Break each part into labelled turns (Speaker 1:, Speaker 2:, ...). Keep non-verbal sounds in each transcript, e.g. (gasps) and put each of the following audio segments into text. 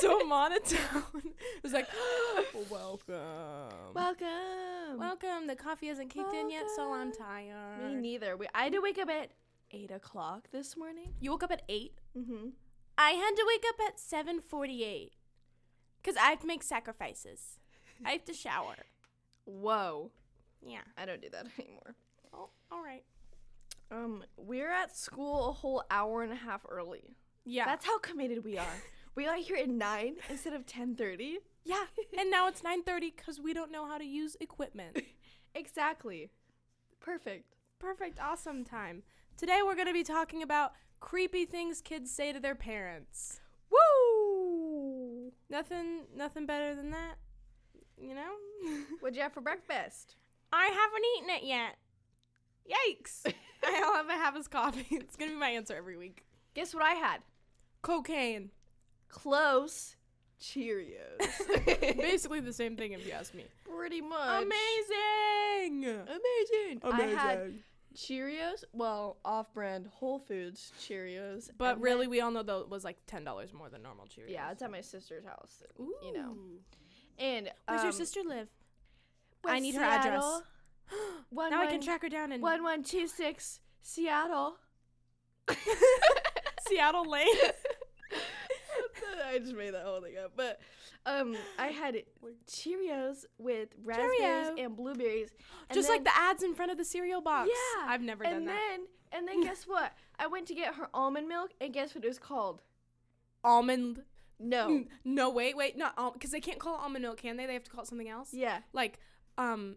Speaker 1: so (laughs) monotone. It was like, (gasps) welcome.
Speaker 2: Welcome.
Speaker 1: Welcome. The coffee hasn't kicked in yet, so (gasps) I'm tired.
Speaker 2: Me neither. We, I had to wake up at eight o'clock this morning.
Speaker 1: You woke up at eight.
Speaker 2: Mm-hmm.
Speaker 1: I had to wake up at seven forty-eight, cause I have to make sacrifices. I have to shower.
Speaker 2: Whoa.
Speaker 1: Yeah.
Speaker 2: I don't do that (laughs) anymore.
Speaker 1: Oh, all right.
Speaker 2: Um, we're at school a whole hour and a half early.
Speaker 1: Yeah.
Speaker 2: That's how committed we (laughs) are. we got here at nine instead of ten thirty.
Speaker 1: (laughs) yeah. and now it's nine thirty, cause we don't know how to use equipment.
Speaker 2: Exactly. Perfect.
Speaker 1: (laughs) Perfect. Awesome time. Today we're gonna be talking about creepy things kids say to their parents.
Speaker 2: Woo!
Speaker 1: Nothing. Nothing better than that. You know. (laughs)
Speaker 2: What'd you have for breakfast?
Speaker 1: I haven't eaten it yet. Yikes. I'll have a half his coffee. (laughs) It's gonna be my answer every week.
Speaker 2: Guess what I had?
Speaker 1: Cocaine.
Speaker 2: Close Cheerios.
Speaker 1: Basically the same thing if you ask me.
Speaker 2: (laughs) Pretty much.
Speaker 1: Amazing.
Speaker 2: Amazing. I had Cheerios, well, off-brand Whole Foods Cheerios.
Speaker 1: But
Speaker 2: and
Speaker 1: really,
Speaker 2: then-
Speaker 1: we all know though it was like ten dollars more than normal Cheerios.
Speaker 2: yeah, it's at my sister's house,
Speaker 1: Ooh.
Speaker 2: you know. and
Speaker 1: Where's
Speaker 2: um,
Speaker 1: your sister live?
Speaker 2: West
Speaker 1: I need
Speaker 2: (gasps)
Speaker 1: her
Speaker 2: Seattle,
Speaker 1: address.
Speaker 2: One,
Speaker 1: now
Speaker 2: one,
Speaker 1: I can track her down in
Speaker 2: one one two six (laughs) Seattle.
Speaker 1: (laughs) Seattle Lane.
Speaker 2: (laughs) I just made that whole thing up, but um, I had Cheerios with raspberries
Speaker 1: Cheerio.
Speaker 2: and blueberries, (laughs) and
Speaker 1: Just
Speaker 2: then-
Speaker 1: like the ads in front of the cereal box.
Speaker 2: Yeah,
Speaker 1: I've never done
Speaker 2: and
Speaker 1: that.
Speaker 2: then and then guess what? I went to get her almond milk, and guess what it was called?
Speaker 1: Almond.
Speaker 2: No,
Speaker 1: Mm, No, wait, wait, not almond. Because they can't call it almond milk, can they? They have to call it something else.
Speaker 2: yeah,
Speaker 1: Like, um,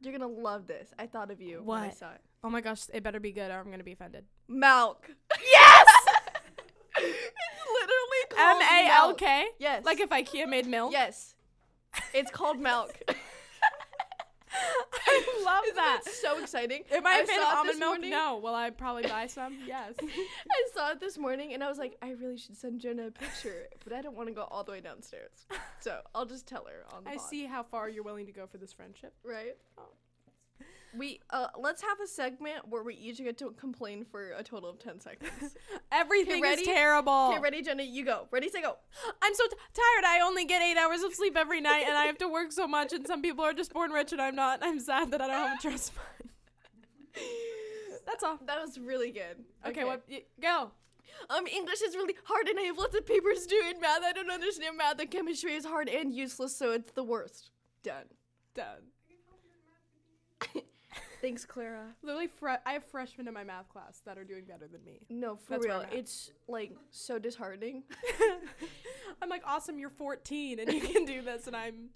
Speaker 2: you're gonna love this. I thought of you when I
Speaker 1: What?
Speaker 2: saw it.
Speaker 1: oh my gosh, it better be good, or I'm gonna be offended.
Speaker 2: Milk.
Speaker 1: Yes. (laughs)
Speaker 2: it's literally
Speaker 1: M
Speaker 2: called
Speaker 1: A L
Speaker 2: milk.
Speaker 1: K.
Speaker 2: Yes.
Speaker 1: Like if IKEA made milk.
Speaker 2: yes, it's called
Speaker 1: (laughs)
Speaker 2: milk.
Speaker 1: I love
Speaker 2: Isn't
Speaker 1: that.
Speaker 2: so exciting.
Speaker 1: Am I a fan of
Speaker 2: saw it
Speaker 1: almond
Speaker 2: this
Speaker 1: milk?
Speaker 2: morning-
Speaker 1: No. Will I probably
Speaker 2: (laughs)
Speaker 1: buy some? Yes.
Speaker 2: I saw it this morning and I was like, I really should send Jenna a picture, but I don't want to go all the way downstairs. So I'll just tell her on the
Speaker 1: I
Speaker 2: pod,
Speaker 1: see how far you're willing to go for this friendship.
Speaker 2: Right?
Speaker 1: Oh.
Speaker 2: We uh, let's have a segment where we each get to complain for a total of ten (laughs) seconds.
Speaker 1: Everything
Speaker 2: ready?
Speaker 1: is terrible.
Speaker 2: Okay, ready, Jenna? You go. Ready, say go.
Speaker 1: I'm so t- tired. I only get eight hours of sleep every night, and I have to work so much. And some people are just born rich, and I'm not. I'm sad that I don't have a trust fund. (laughs)
Speaker 2: (laughs)
Speaker 1: That's all.
Speaker 2: That was really good.
Speaker 1: Okay, what? Y- go.
Speaker 2: Um, English is really hard, and I have lots of papers due in math. I don't understand math. And chemistry is hard and useless, so it's the worst. Done.
Speaker 1: Done.
Speaker 2: Thanks, Clara.
Speaker 1: Literally, fre- I have freshmen in my math class that are doing better
Speaker 2: (laughs)
Speaker 1: than me. (laughs)
Speaker 2: No, for
Speaker 1: That's where
Speaker 2: real.
Speaker 1: I'm at.
Speaker 2: It's like so disheartening.
Speaker 1: I'm like, awesome. You're 14, and you can do this, and I'm.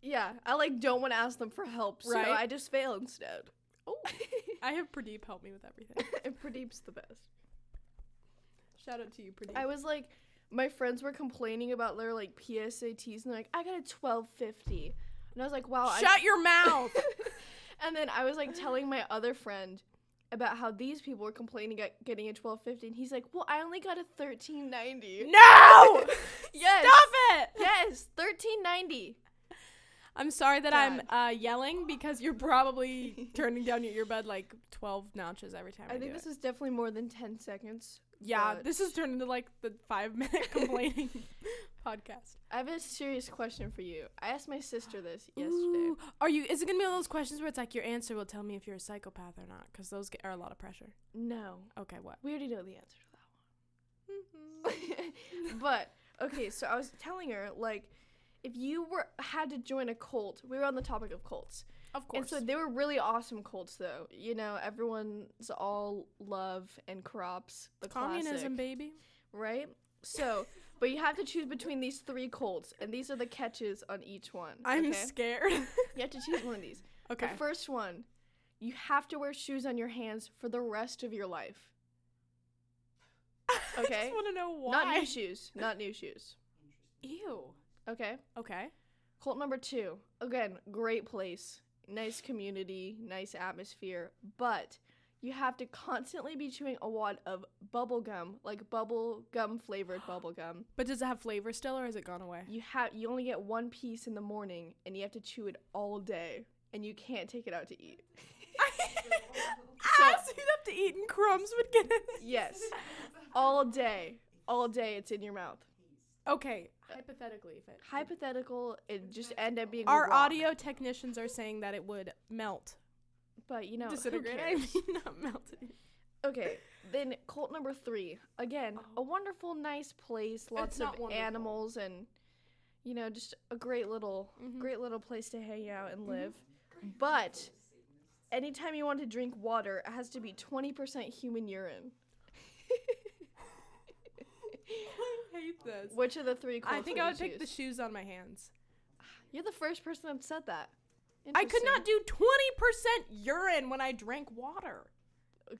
Speaker 2: Yeah, I like don't want to ask them for help, so
Speaker 1: Right?
Speaker 2: I just fail instead. (laughs)
Speaker 1: Oh, I have Pradeep help me with everything.
Speaker 2: and Pradeep's the best.
Speaker 1: Shout out to you, Pradeep.
Speaker 2: I was like, my friends were complaining about their like PSATs, and they're like, I got a twelve fifty, and I was like, wow. Oh, I-
Speaker 1: Shut your
Speaker 2: (laughs)
Speaker 1: mouth.
Speaker 2: and then I was like telling my other friend about how these people were complaining at getting a twelve fifty, and he's like, well, I only got a thirteen ninety.
Speaker 1: no.
Speaker 2: (laughs) Yes.
Speaker 1: Stop it.
Speaker 2: Yes, thirteen ninety.
Speaker 1: I'm sorry that I'm uh, yelling because
Speaker 2: (laughs)
Speaker 1: you're probably turning down your earbud like 12 notches every time. I,
Speaker 2: I think
Speaker 1: do
Speaker 2: this
Speaker 1: it.
Speaker 2: is definitely more than ten seconds.
Speaker 1: yeah.
Speaker 2: but-
Speaker 1: This has turned into like the
Speaker 2: (laughs)
Speaker 1: five minute complaining (laughs) podcast
Speaker 2: I have a serious question for you. I asked my sister this yesterday.
Speaker 1: Ooh, Are you? Is it gonna be one of those questions where it's like your answer will tell me if you're a psychopath or not? Because those get, are a lot of pressure.
Speaker 2: No.
Speaker 1: Okay, what?
Speaker 2: We already know the answer to
Speaker 1: Mm-hmm.
Speaker 2: that one. (laughs) but okay, so I was telling her like if you were had to join a cult, we were on the topic of cults.
Speaker 1: Of
Speaker 2: And
Speaker 1: course.
Speaker 2: so they were really awesome cults though. You know, everyone's all love and corrupts, the
Speaker 1: Communism,
Speaker 2: classic,
Speaker 1: baby.
Speaker 2: right?
Speaker 1: (laughs)
Speaker 2: So, but you have to choose between these three cults and these are the catches on each one.
Speaker 1: I'm
Speaker 2: okay?
Speaker 1: (laughs) scared.
Speaker 2: You have to choose one of these.
Speaker 1: okay. (laughs)
Speaker 2: The first one, you have to wear shoes on your hands for the rest of your life.
Speaker 1: I
Speaker 2: okay.
Speaker 1: just want to know why.
Speaker 2: Not new shoes. Not new shoes.
Speaker 1: (laughs) Ew.
Speaker 2: Okay.
Speaker 1: Okay.
Speaker 2: Cult number two. Again, great place. Nice community, nice atmosphere, but you have to constantly be chewing a wad of bubble gum, like bubble gum flavored bubble gum.
Speaker 1: But does it have flavor still, or has it gone (laughs) away?
Speaker 2: You have you only get one piece in the morning and you have to chew it all day and you can't take it out to eat.
Speaker 1: ah, so you'd have to eat, and crumbs would get in.
Speaker 2: Yes. All day. All day it's in your mouth.
Speaker 1: (laughs) Okay, hypothetically, if it
Speaker 2: Hypothetical, it just end up being a
Speaker 1: our
Speaker 2: rock.
Speaker 1: audio technicians are saying that it would melt,
Speaker 2: But you know, who
Speaker 1: disintegrate. I
Speaker 2: cares?
Speaker 1: mean, (laughs) not melted.
Speaker 2: Okay, then cult number three. Again, a
Speaker 1: Oh.
Speaker 2: wonderful, nice place, lots of
Speaker 1: not wonderful.
Speaker 2: animals, and you know, just a great little,
Speaker 1: Mhm.
Speaker 2: great little place to hang out
Speaker 1: Mm-hmm.
Speaker 2: and live. But anytime you want to drink water, it has to be twenty percent human urine.
Speaker 1: I hate this.
Speaker 2: Which of the three?
Speaker 1: I
Speaker 2: cult
Speaker 1: think I would
Speaker 2: would you
Speaker 1: pick the
Speaker 2: choose?
Speaker 1: shoes on my hands.
Speaker 2: You're the first person that said that.
Speaker 1: I could
Speaker 2: Interesting.
Speaker 1: not do 20% urine when I drank water.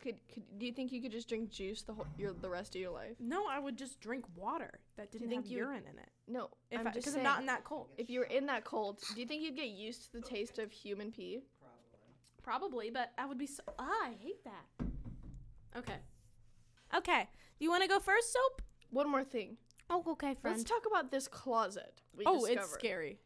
Speaker 2: Could, could do you think you could just drink juice the whole your the rest of your life?
Speaker 1: No, I would just drink water that didn't
Speaker 2: think
Speaker 1: have
Speaker 2: you-
Speaker 1: urine in it.
Speaker 2: No,
Speaker 1: If
Speaker 2: I'm
Speaker 1: I,
Speaker 2: just
Speaker 1: because
Speaker 2: saying.
Speaker 1: I'm not in that cold.
Speaker 2: if you were in that cold, do you think you'd get used to the taste of human pee?
Speaker 1: Probably, but I would be so. Ah, I hate that. Okay. Okay. Do you want to go first, Soap?
Speaker 2: One more thing.
Speaker 1: Oh, okay,
Speaker 2: Let's talk about this closet. We
Speaker 1: Oh,
Speaker 2: discovered.
Speaker 1: it's scary.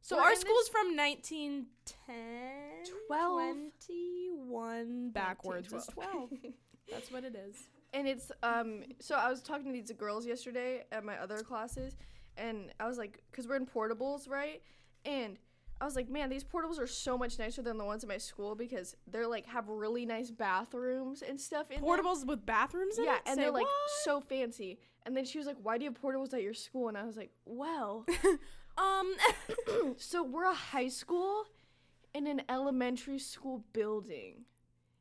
Speaker 1: So
Speaker 2: We're
Speaker 1: our
Speaker 2: in
Speaker 1: school's from 1910,
Speaker 2: 12.
Speaker 1: 21 backwards is 12.
Speaker 2: 12.
Speaker 1: (laughs) That's what it is.
Speaker 2: and it's um. So I was talking to these girls yesterday at my other classes, and I was like, because we're in portables, right? And I was like, man, these portables are so much nicer than the ones at my school because they're like have really nice bathrooms and stuff in them.
Speaker 1: Portables with bathrooms in
Speaker 2: yeah,
Speaker 1: it?
Speaker 2: and
Speaker 1: Say
Speaker 2: they're like
Speaker 1: what?
Speaker 2: so fancy. And then she was like, "Why do you have portables at your school?" And I was like, "Well,
Speaker 1: um (laughs)
Speaker 2: so we're a high school in an elementary school building."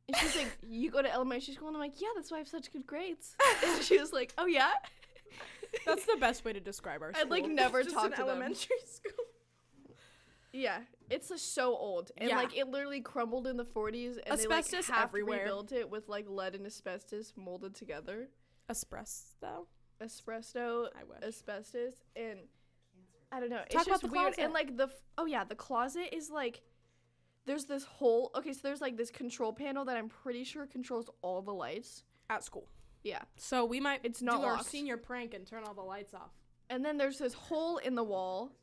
Speaker 2: And she's
Speaker 1: (laughs)
Speaker 2: like, "You go to elementary school?" And I'm like, "Yeah, that's why I have such good grades." And she was like, "Oh yeah."
Speaker 1: That's the best way to describe our
Speaker 2: I'd,
Speaker 1: school.
Speaker 2: like, never
Speaker 1: Just
Speaker 2: talk
Speaker 1: an
Speaker 2: to them.
Speaker 1: elementary (laughs) school.
Speaker 2: yeah. It's uh, so old, and
Speaker 1: Yeah.
Speaker 2: like it literally crumbled in the 40s, and they
Speaker 1: Asbestos
Speaker 2: like half
Speaker 1: everywhere.
Speaker 2: rebuilt it with like lead and asbestos molded together,
Speaker 1: Espresso.
Speaker 2: espresso
Speaker 1: I wish.
Speaker 2: asbestos and I don't know.
Speaker 1: Talk
Speaker 2: it's
Speaker 1: about
Speaker 2: just
Speaker 1: the
Speaker 2: weird.
Speaker 1: closet.
Speaker 2: And like the f- oh yeah, the closet is like there's this whole okay, so there's like this control panel that I'm pretty sure controls all the lights.
Speaker 1: At school.
Speaker 2: Yeah.
Speaker 1: So we might
Speaker 2: It's not
Speaker 1: do our
Speaker 2: locked.
Speaker 1: senior prank and turn all the lights off.
Speaker 2: And then there's this hole in the wall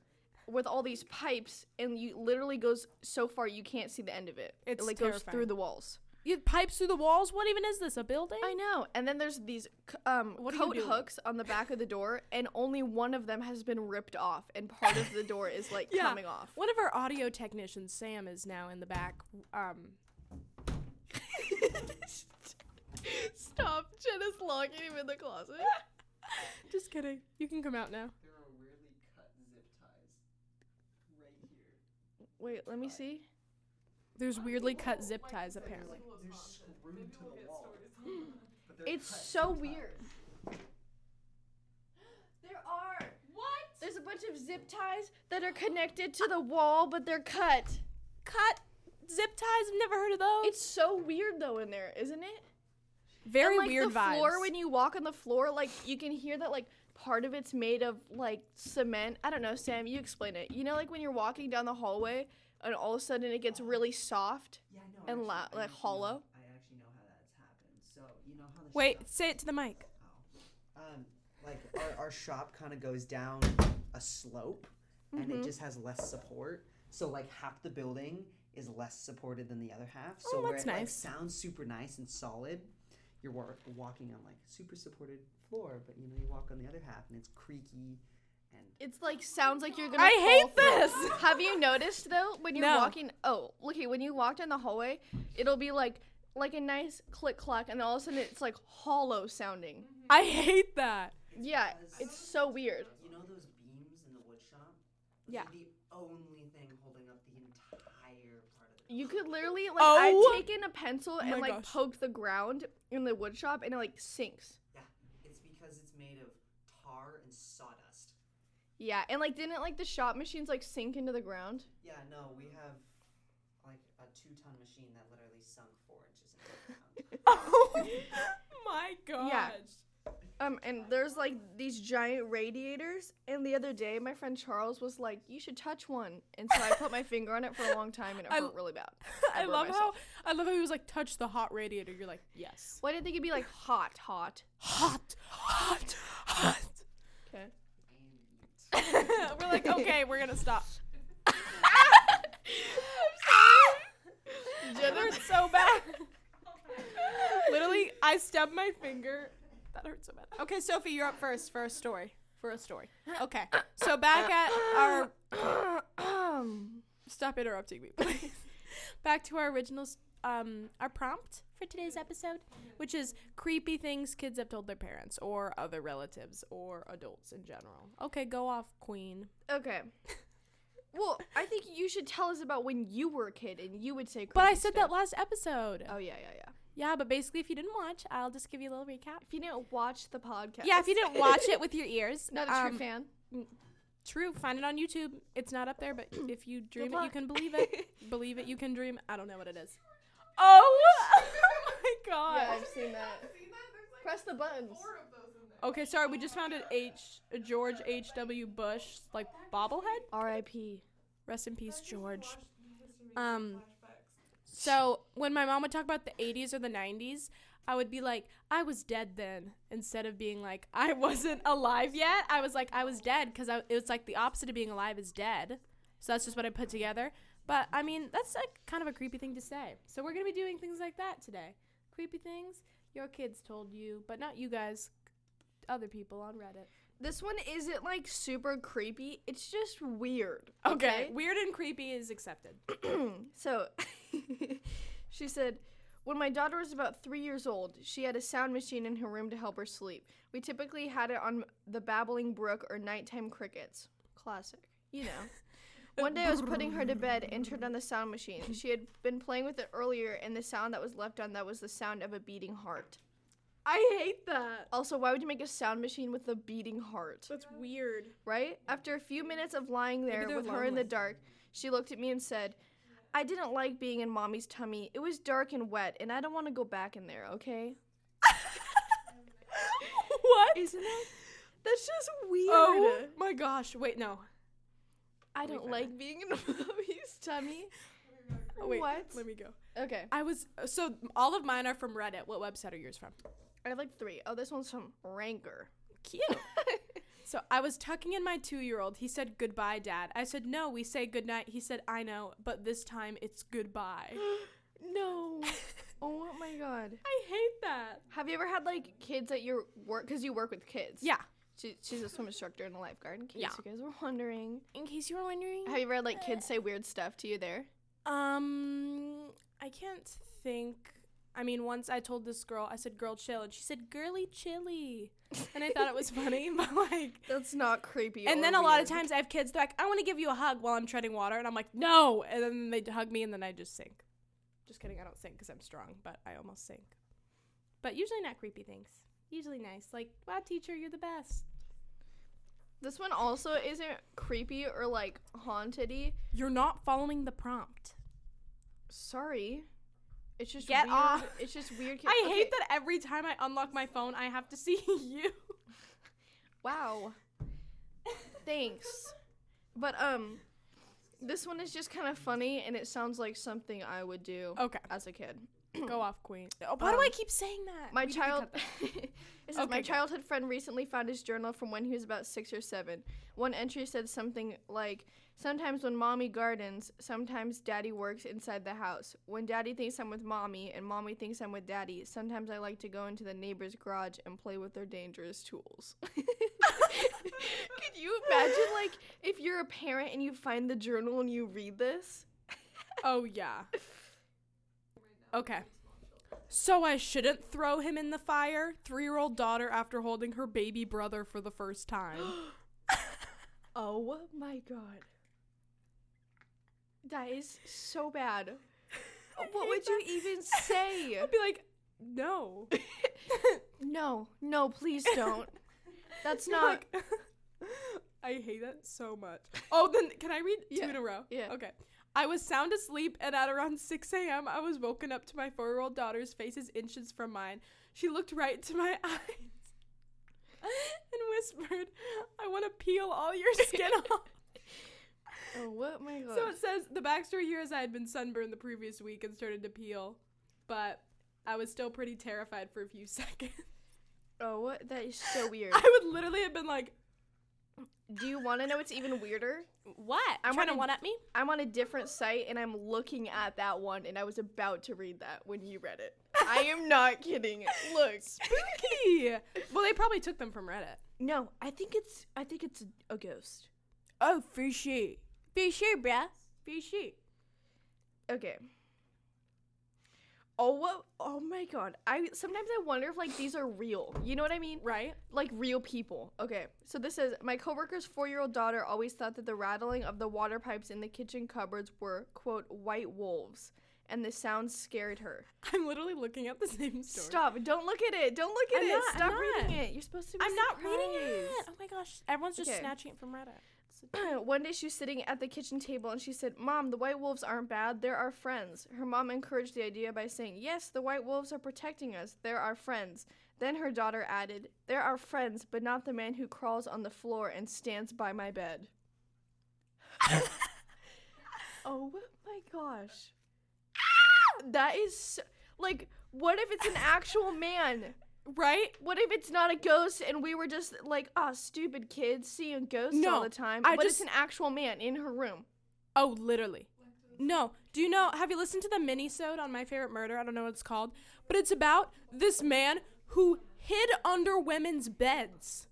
Speaker 2: with all these pipes and you literally goes so far you can't see the end of it.
Speaker 1: It's
Speaker 2: it like goes through
Speaker 1: terrifying.
Speaker 2: the walls.
Speaker 1: You have pipes through the walls? What even is this? A building?
Speaker 2: I know. And then there's these c- um
Speaker 1: What are you
Speaker 2: coat
Speaker 1: doing?
Speaker 2: hooks on the back of the door and only one of them has been ripped off and part of the door is like
Speaker 1: (laughs) Yeah.
Speaker 2: coming off.
Speaker 1: One of our audio technicians, Sam, is now in the back. Um,
Speaker 2: (laughs) Stop. Jenna's locking him in the closet.
Speaker 1: just kidding. You can come out now.
Speaker 3: There are weirdly cut zip ties right here.
Speaker 2: Wait, let me see.
Speaker 1: There's weirdly cut zip ties, apparently.
Speaker 3: They're screwed to the wall. But they're
Speaker 2: It's
Speaker 3: cut
Speaker 2: so
Speaker 3: zip ties.
Speaker 2: weird.
Speaker 3: (gasps)
Speaker 2: There are. What? There's a bunch of zip ties that are connected to the wall, but they're cut.
Speaker 1: Cut zip ties? I've never heard of those.
Speaker 2: It's so weird though in there, isn't it?
Speaker 1: very
Speaker 2: and, like,
Speaker 1: weird
Speaker 2: the
Speaker 1: vibes.
Speaker 2: floor when you walk on the floor, like you can hear that like part of it's made of like cement. I don't know, Sam. You explain it. You know, like when you're walking down the hallway and all of a sudden it gets really soft.
Speaker 3: Yeah, no,
Speaker 2: And la- like, hollow.
Speaker 3: I actually know how that's happened. So you know how the
Speaker 1: Wait,
Speaker 3: shop-
Speaker 1: say it to the mic.
Speaker 3: oh. um, like our, our shop kind of goes down a slope, and
Speaker 2: Mm-hmm.
Speaker 3: it just has less support. So like half the building is less supported than the other half. So
Speaker 1: Oh,
Speaker 3: where
Speaker 1: that's
Speaker 3: it like
Speaker 1: nice.
Speaker 3: sounds super nice and solid, you're wa- walking on like super supported floor, but you know you walk on the other half and it's creaky, and
Speaker 2: It's like sounds like you're gonna.
Speaker 1: I hate
Speaker 2: fall
Speaker 1: this.
Speaker 2: through. (laughs) Have you noticed though when you're
Speaker 1: No.
Speaker 2: walking? Oh, look okay, when you walk down the hallway, it'll be like like a nice click clack, and all of a sudden it's like hollow sounding.
Speaker 1: I hate that.
Speaker 2: Yeah, it's so weird.
Speaker 3: you know those beams in the wood shop. Those
Speaker 1: Yeah.
Speaker 3: Are the only thing holding up the entire part of the.
Speaker 2: You could literally like
Speaker 1: Oh.
Speaker 2: I've taken a pencil
Speaker 1: my
Speaker 2: and like
Speaker 1: gosh.
Speaker 2: poked the ground in the wood shop, and it like sinks.
Speaker 3: Yeah, it's because it's made of tar and sawdust.
Speaker 2: Yeah, and like didn't like the shop machines like sink into the ground?
Speaker 3: Yeah, no, we have like a two-ton machine that literally sunk four inches into the ground.
Speaker 2: (laughs)
Speaker 1: (laughs) Oh (laughs) my gosh.
Speaker 2: Um, and there's like these giant radiators. And the other day, my friend Charles was like, "You should touch one." And so I put
Speaker 1: (laughs)
Speaker 2: my finger on it for a long time, and it
Speaker 1: I-
Speaker 2: hurt really bad.
Speaker 1: (laughs) I
Speaker 2: burnt
Speaker 1: love
Speaker 2: myself.
Speaker 1: how I love how he was like touch the hot radiator. You're like, yes.
Speaker 2: Why did they could be like hot,
Speaker 1: (laughs)
Speaker 2: hot?
Speaker 1: Hot, hot, hot. (laughs)
Speaker 2: Okay.
Speaker 1: we're like, okay, we're gonna stop. That
Speaker 2: (laughs)
Speaker 1: (laughs)
Speaker 2: Jenna,
Speaker 1: hurts so bad. Literally, I stubbed my finger. That hurts so bad. Okay, Sophie, you're up first for a story. for a (gasps) story. Okay. So back at (clears throat) our
Speaker 2: um,
Speaker 1: stop interrupting me,
Speaker 2: (laughs)
Speaker 1: please. back to our original s- um our prompt for today's episode, which is creepy things kids have told their parents or other relatives or adults in general. Okay, go off, queen.
Speaker 2: okay. Well, I think you should tell us about when you were a kid and you would say.
Speaker 1: But I
Speaker 2: creepy
Speaker 1: said
Speaker 2: stuff.
Speaker 1: that last episode.
Speaker 2: Oh yeah, yeah, yeah.
Speaker 1: Yeah, but basically if you didn't watch, I'll just give you a little recap.
Speaker 2: If you didn't watch the podcast,
Speaker 1: Yeah, if
Speaker 2: (laughs)
Speaker 1: you didn't watch it with your ears,
Speaker 2: not a true
Speaker 1: um,
Speaker 2: fan.
Speaker 1: True. Find it on YouTube. It's not up
Speaker 2: (coughs)
Speaker 1: there, but if you dream it, you
Speaker 2: luck.
Speaker 1: can believe it.
Speaker 2: (laughs)
Speaker 1: believe it, you can dream. I don't know what it is. (laughs) Oh, my
Speaker 2: (laughs) Yeah,
Speaker 1: god.
Speaker 2: I've seen that. Press the buttons.
Speaker 1: Okay, sorry. We just found an H a George H W Bush like bobblehead.
Speaker 2: R.I.P.
Speaker 1: Rest in peace, George. Um. So when my mom would talk about the 80s or the 90s, I would be like, I was dead then. Instead of being like, I wasn't alive yet, I was like, I was dead because it was like the opposite of being alive is dead. So that's just what I put together. But I mean, that's like kind of a creepy thing to say. So we're gonna be doing things like that today. Creepy things your kids told you, but not you guys, other people on Reddit.
Speaker 2: This one isn't like super creepy. It's just weird.
Speaker 1: Okay, weird and creepy is accepted.
Speaker 2: so (laughs) she said, when my daughter was about three years old, she had a sound machine in her room to help her sleep. We typically had it on the babbling brook or nighttime crickets. Classic, you know. One day I was putting her to bed and turned on the sound machine. She had been playing with it earlier, and the sound that was left on that was the sound of a beating heart.
Speaker 1: I hate that.
Speaker 2: Also, why would you make a sound machine with a beating heart?
Speaker 1: That's weird.
Speaker 2: right? After a few minutes of lying there
Speaker 1: they're
Speaker 2: with her in the
Speaker 1: lonely.
Speaker 2: dark, she looked at me and said, I didn't like being in mommy's tummy. It was dark and wet, and I don't want to go back in there, okay?
Speaker 1: (laughs) what?
Speaker 2: Isn't that? That's just weird.
Speaker 1: Oh my gosh! Wait, no.
Speaker 2: I
Speaker 1: me
Speaker 2: don't
Speaker 1: find
Speaker 2: like being in (laughs) mommy's tummy.
Speaker 1: Oh, wait,
Speaker 2: what?
Speaker 1: Let me go.
Speaker 2: Okay.
Speaker 1: I was so all of mine are from Reddit. What website are yours from?
Speaker 2: I have like three. Oh, this one's from Ranker.
Speaker 1: (laughs) Cute. so I was tucking in my two-year-old. He said goodbye, Dad. I said no. We say goodnight. He said I know, but this time it's goodbye.
Speaker 2: (laughs)
Speaker 1: (gasps) (laughs)
Speaker 2: No. oh my god.
Speaker 1: I hate that.
Speaker 2: Have you ever had like kids at your work? Because you work with kids.
Speaker 1: Yeah.
Speaker 2: She, she's a swim instructor and a lifeguard, in case
Speaker 1: Yeah.
Speaker 2: you guys were wondering.
Speaker 1: In case you were wondering.
Speaker 2: Have you ever had like kids say weird stuff to you there?
Speaker 1: Um, I can't think. I mean, once I told this girl, I said "girl chill," and she said "girly chilly," and I thought it was funny, (laughs) but like.
Speaker 2: (laughs) That's not creepy.
Speaker 1: And
Speaker 2: or
Speaker 1: then a lot of
Speaker 2: weird.
Speaker 1: times I have kids, they're like, I want to give you a hug while I'm treading water. And I'm like, no. And then they hug me and then I just sink. Just kidding. I don't sink because I'm strong, but I almost sink. But usually not creepy things. Usually nice. Like, wow, teacher, you're the best.
Speaker 2: This one also isn't creepy or like haunted-y.
Speaker 1: You're not following the prompt.
Speaker 2: Sorry. It's just
Speaker 1: Get
Speaker 2: weird.
Speaker 1: off.
Speaker 2: It's just weird.
Speaker 1: (laughs) I
Speaker 2: Okay,
Speaker 1: hate that every time I unlock my phone, I have to see (laughs) you.
Speaker 2: Wow. Thanks. But um this one is just kind of funny and it sounds like something I would do
Speaker 1: Okay,
Speaker 2: as a kid.
Speaker 1: go off, queen. Oh, why do
Speaker 2: Um,
Speaker 1: I keep saying that?
Speaker 2: My
Speaker 1: We need to
Speaker 2: child
Speaker 1: cut that.
Speaker 2: (laughs) it says
Speaker 1: Okay,
Speaker 2: my
Speaker 1: go.
Speaker 2: childhood friend recently found his journal from when he was about 6 or 7. One entry said something like sometimes when mommy gardens, sometimes daddy works inside the house. When daddy thinks I'm with mommy and mommy thinks I'm with daddy, sometimes I like to go into the neighbor's garage and play with their dangerous tools. (laughs) Could you imagine like if you're a parent and you find the journal and you read this?
Speaker 1: Oh yeah. Okay. So I shouldn't throw him in the fire. Three-year-old daughter after holding her baby brother for the first time.
Speaker 2: Oh my god. That is so bad. (gasps) What would you even say?
Speaker 1: (laughs) I'd be like, no,
Speaker 2: no, no, please (laughs) don't. That's
Speaker 1: You're
Speaker 2: not.
Speaker 1: like- (laughs) I hate that so much. Oh, then can I read
Speaker 2: Yeah.
Speaker 1: two in a row?
Speaker 2: Yeah.
Speaker 1: Okay. I was sound asleep, and at around 6 a.m., I was woken up to my four-year-old daughter's faces inches from mine. She looked right into my (laughs) eyes and whispered, "I want to peel
Speaker 2: (laughs)
Speaker 1: all your skin off."
Speaker 2: oh, what my god.
Speaker 1: So it says the backstory here is I had been sunburned the previous week and started to peel, but I was still pretty terrified for a few (laughs) seconds.
Speaker 2: oh, what? That is (laughs) so weird.
Speaker 1: I would literally have been like,
Speaker 2: Do you want to know what's even weirder?
Speaker 1: "What?
Speaker 2: I'm
Speaker 1: I'm trying to
Speaker 2: gonna-
Speaker 1: one up me?"
Speaker 2: I'm on a different site and I'm looking at that one and I was about to read that when you read (laughs) it. I am not kidding. Look.
Speaker 1: Spooky. well, they probably took them from Reddit.
Speaker 2: No, I think it's I think it's a ghost.
Speaker 1: Oh, for sure. For sure, bruh. For sure.
Speaker 2: Okay. Oh what? Oh my god. I sometimes I wonder if like these are real. You know what I mean?
Speaker 1: Right?
Speaker 2: Like real people. Okay. So this is my coworker's 4-year-old daughter always thought that the rattling of the water pipes in the kitchen cupboards were quote white wolves and the sound scared her.
Speaker 1: I'm literally looking at the same story.
Speaker 2: Stop. Don't look at it. Don't look at
Speaker 1: I'm
Speaker 2: it.
Speaker 1: not- I'm
Speaker 2: Stop
Speaker 1: not.
Speaker 2: reading it. You're supposed to be
Speaker 1: I'm not reading it.
Speaker 2: surprised.
Speaker 1: Oh my gosh. Everyone's just
Speaker 2: Okay.
Speaker 1: snatching it from Reddit.
Speaker 2: (clears throat) One day she was sitting at the kitchen table and she said, Mom, the white wolves aren't bad. They're our friends. Her mom encouraged the idea by saying, Yes, the white wolves are protecting us. They're our friends. Then her daughter added, They're our friends, but not the man who crawls on the floor and stands by my bed. (laughs) oh my gosh. That is so, like, what if it's an actual man?
Speaker 1: Right?
Speaker 2: What if it's not a ghost and we were just like, ah, stupid kids seeing ghosts all
Speaker 1: No,
Speaker 2: the time?
Speaker 1: I
Speaker 2: but it's
Speaker 1: just-
Speaker 2: an actual man in her room.
Speaker 1: Oh, literally. No. Do you know? Have you listened to the mini-sode on My Favorite Murder? I don't know what it's called, but it's about this man who hid under women's beds.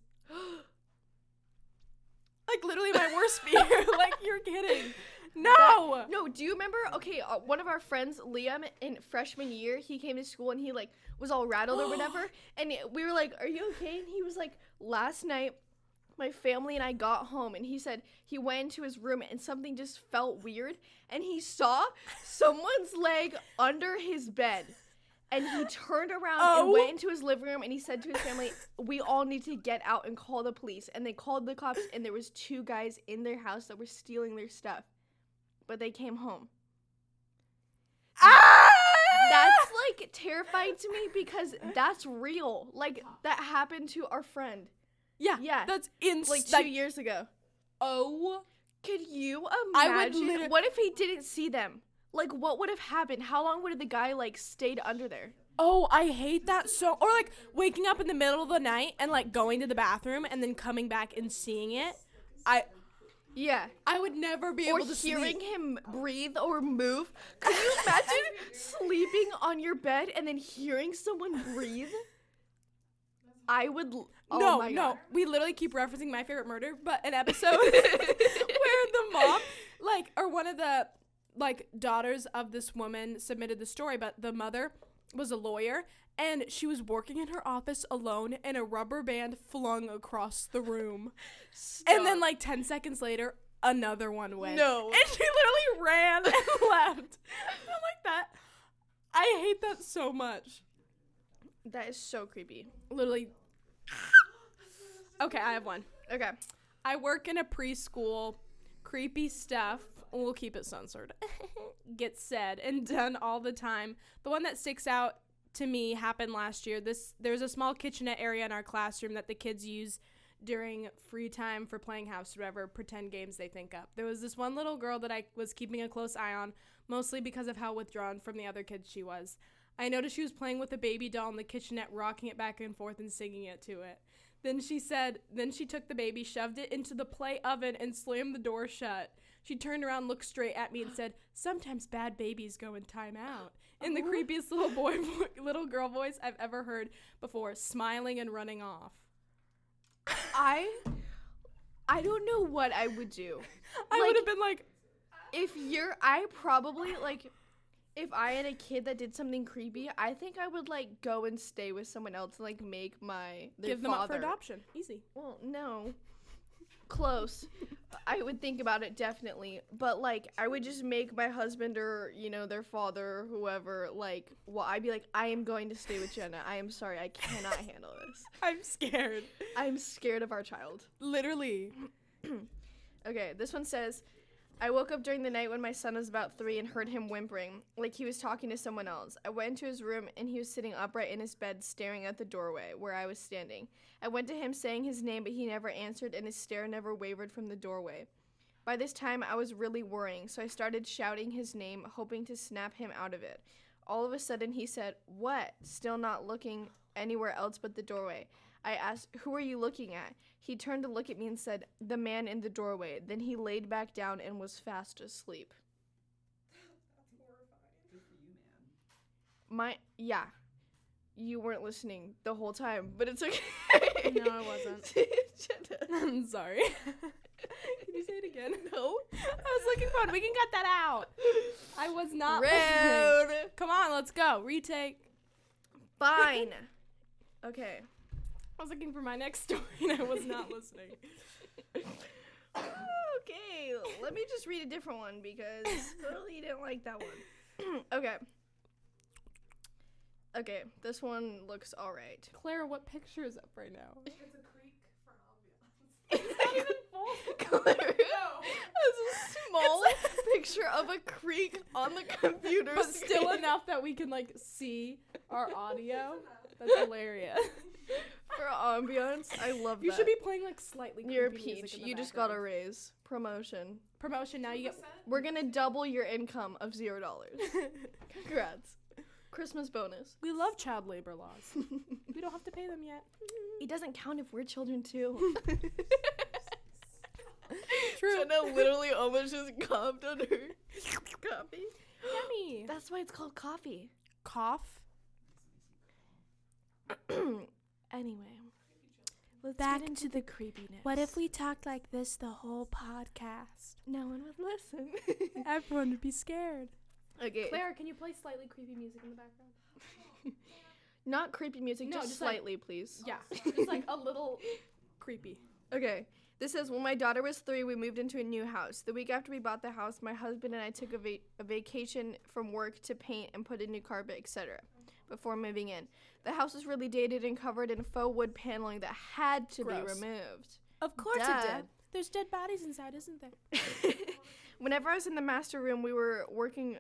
Speaker 1: (gasps) like literally my worst fear. (laughs) like you're kidding. No.
Speaker 2: No, do you remember? Okay, uh, one of our friends, Liam, in freshman year, he came to school and he like was all rattled
Speaker 1: (gasps)
Speaker 2: or whatever, and it- we were like, "Are you okay?" And he was like, "Last night." My family and I got home, and he said he went into his room and something just felt weird. And he saw someone's leg under his bed. And he turned around
Speaker 1: Oh.
Speaker 2: and went into his living room and he said to his family, We all need to get out and call the police. And they called the cops, and there was two guys in their house that were stealing their stuff. But they came home. Ah! That's like terrifying to me because that's real. Like that happened to our friend
Speaker 1: yeah.
Speaker 2: yeah.
Speaker 1: That's ins
Speaker 2: like two years ago.
Speaker 1: oh.
Speaker 2: Could you
Speaker 1: I would
Speaker 2: imagine?
Speaker 1: liter-
Speaker 2: what if he didn't see them? Like, what would have happened? How long would have the guy like stayed under there?
Speaker 1: Oh, I hate that so. Or like waking up in the middle of the night and like going to the bathroom and then coming back and seeing it. I
Speaker 2: Yeah.
Speaker 1: I would never be
Speaker 2: Or
Speaker 1: able to
Speaker 2: hearing
Speaker 1: sleep.
Speaker 2: him breathe or move. Could you imagine
Speaker 1: (laughs)
Speaker 2: sleeping on your bed and then hearing someone breathe? I would. l- Oh
Speaker 1: no,
Speaker 2: my
Speaker 1: no.
Speaker 2: God.
Speaker 1: We literally keep referencing My Favorite Murder, but
Speaker 2: (laughs)
Speaker 1: an episode where the mom, like, or one of the like daughters of this woman submitted the story, but the mother was a lawyer and she was working in her office alone and a rubber band flung across
Speaker 2: (laughs)
Speaker 1: the room. And then like 10 seconds later, another one went.
Speaker 2: No.
Speaker 1: (laughs) And she literally ran and (laughs) left. I'm like that. I hate that so much.
Speaker 2: That is so creepy. (laughs)
Speaker 1: Literally. Okay, I have one.
Speaker 2: Okay.
Speaker 1: I work in a preschool. Creepy stuff. We'll keep it censored. (laughs) Gets said and done all the time. The one that sticks out to me happened last year. This there's a small kitchenette area in our classroom that the kids use during free time for playing house or whatever pretend games they think up. There was this one little girl that I was keeping a close eye on, mostly because of how withdrawn from the other kids she was. I noticed she was playing with a baby doll in the kitchenette, rocking it back and forth and singing it to it. Then she said, then she took the baby, shoved it into the play oven, and slammed the door shut. She turned around, looked straight at me, and said, "Sometimes bad babies go in timeout." In the creepiest little boy, (laughs) little girl voice I've ever heard before, smiling and running off.
Speaker 2: I. I don't know what I would do.
Speaker 1: I
Speaker 2: Like-
Speaker 1: would have been like,
Speaker 2: if you're i probably like if i had a kid that did something creepy i think i would like go and stay with someone else and like make my their
Speaker 1: "Give them up for
Speaker 2: father-
Speaker 1: adoption." Easy.
Speaker 2: well no close i would think about it definitely but like i would just make my husband or you know their father or whoever like well i'd be like i am going to stay with jenna i am sorry i cannot handle this
Speaker 1: I'm scared.
Speaker 2: i'm scared of our child
Speaker 1: Literally.
Speaker 2: Okay, this one says, I woke up during the night when my son was about three and heard him whimpering, like he was talking to someone else. I went into his room and he was sitting upright in his bed, staring at the doorway where I was standing. I went to him saying his name, but he never answered and his stare never wavered from the doorway. By this time, I was really worrying, so I started shouting his name, hoping to snap him out of it. All of a sudden, he said, What? Still not looking anywhere else but the doorway. I asked, Who are you looking at? He turned to look at me and said, The man in the doorway. Then he laid back down and was fast asleep. My, yeah. you weren't listening the whole time, but it's okay.
Speaker 1: No, I wasn't.
Speaker 2: Jenna.
Speaker 1: I'm (laughs) sorry. Can you say it again? No. I was looking for it. We can cut that out. I was not listening.
Speaker 2: Rude.
Speaker 1: Come on, let's go. Retake.
Speaker 2: (laughs) Fine. Okay.
Speaker 1: I was looking for my next story and I was (laughs) not listening.
Speaker 2: (laughs) Okay, let me just read a different one
Speaker 1: (laughs)
Speaker 2: because clearly you didn't like that one. (clears throat) okay. Okay, this one looks
Speaker 1: (laughs)
Speaker 2: alright.
Speaker 1: Claire, what picture is up right now?
Speaker 4: It's a creek for ambiance.
Speaker 2: Claire, it's a small (laughs) picture of a creek on the computer
Speaker 1: (laughs) But still
Speaker 2: screen
Speaker 1: enough that we can like see our audio.
Speaker 2: Oh.
Speaker 1: That's hilarious.
Speaker 2: (laughs) for ambiance. I love
Speaker 1: You
Speaker 2: that.
Speaker 1: should be playing like slightly.
Speaker 2: You're a
Speaker 1: creepy music
Speaker 2: peach.
Speaker 1: in the
Speaker 2: You just got a
Speaker 1: background.
Speaker 2: raise. Promotion.
Speaker 1: promotion. Now you get
Speaker 2: We're gonna double your income of zero
Speaker 1: (laughs)
Speaker 2: dollars. Congrats. Christmas bonus.
Speaker 1: We love child labor laws.
Speaker 2: (laughs)
Speaker 1: we don't have to pay them yet. (laughs)
Speaker 2: It doesn't count if we're children too.
Speaker 1: True.
Speaker 2: Jenna literally almost just coughed on her coffee.
Speaker 1: Yummy.
Speaker 2: That's why it's called coffee.
Speaker 1: Cough.
Speaker 2: anyway, let's
Speaker 1: Back
Speaker 2: get into the creepiness.
Speaker 1: we talked like this the whole podcast?
Speaker 2: no one would (laughs) listen?
Speaker 1: Everyone would be scared.
Speaker 2: okay,
Speaker 1: Claire, can you play slightly creepy music in the background?
Speaker 2: not creepy music,
Speaker 1: No,
Speaker 2: just,
Speaker 1: just, like-
Speaker 2: slightly, please.
Speaker 1: Yeah, it's like a little creepy.
Speaker 2: Okay. This says, when my daughter was three, we moved into a new house. The week after we bought the house, my husband and I took a, va- a vacation from work to paint and put in new carpet, etc. Before moving in, the house was really dated and covered in faux wood paneling that had to be
Speaker 1: Gross.
Speaker 2: removed.
Speaker 1: Of course
Speaker 2: it Duh. did.
Speaker 1: There's dead bodies inside, isn't there?
Speaker 2: (laughs) whenever I was in the master room, we were working.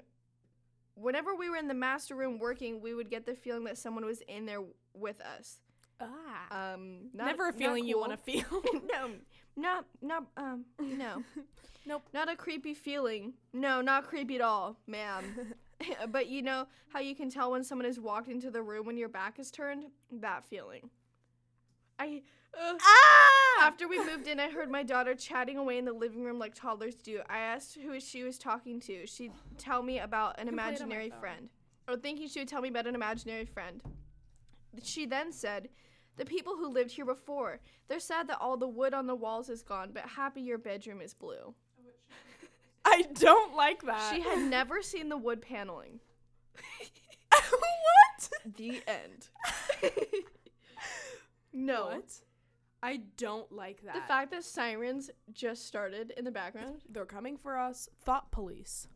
Speaker 2: Whenever we were in the master room working, we would get the feeling that someone was in there with us.
Speaker 1: (laughs) Ah.
Speaker 2: Um, not-
Speaker 1: Never a
Speaker 2: not
Speaker 1: feeling you
Speaker 2: cool. (laughs)
Speaker 1: want to feel.
Speaker 2: no, not not um no.
Speaker 1: (laughs) Nope.
Speaker 2: Not a creepy feeling. No, not creepy at all,
Speaker 1: (laughs)
Speaker 2: ma'am. but you know how you can tell when someone has walked into the room when your back is turned? That feeling. I uh,
Speaker 1: ah!
Speaker 2: after we moved in, I heard my daughter chatting away in the living room like toddlers do. I asked who she was talking to. She'd tell me about an
Speaker 1: can play it on my
Speaker 2: imaginary
Speaker 1: phone.
Speaker 2: friend. Or thinking she would tell me about an imaginary friend. She then said, The people who lived here before. They're sad that all the wood on the walls is gone, but happy your bedroom is blue.
Speaker 1: (laughs) I don't like that.
Speaker 2: She
Speaker 1: (laughs)
Speaker 2: had never seen the wood paneling.
Speaker 1: (laughs) what?
Speaker 2: The end. (laughs) no.
Speaker 1: What? I don't like that.
Speaker 2: The fact that sirens just started in the background.
Speaker 1: They're coming for us. Thought police.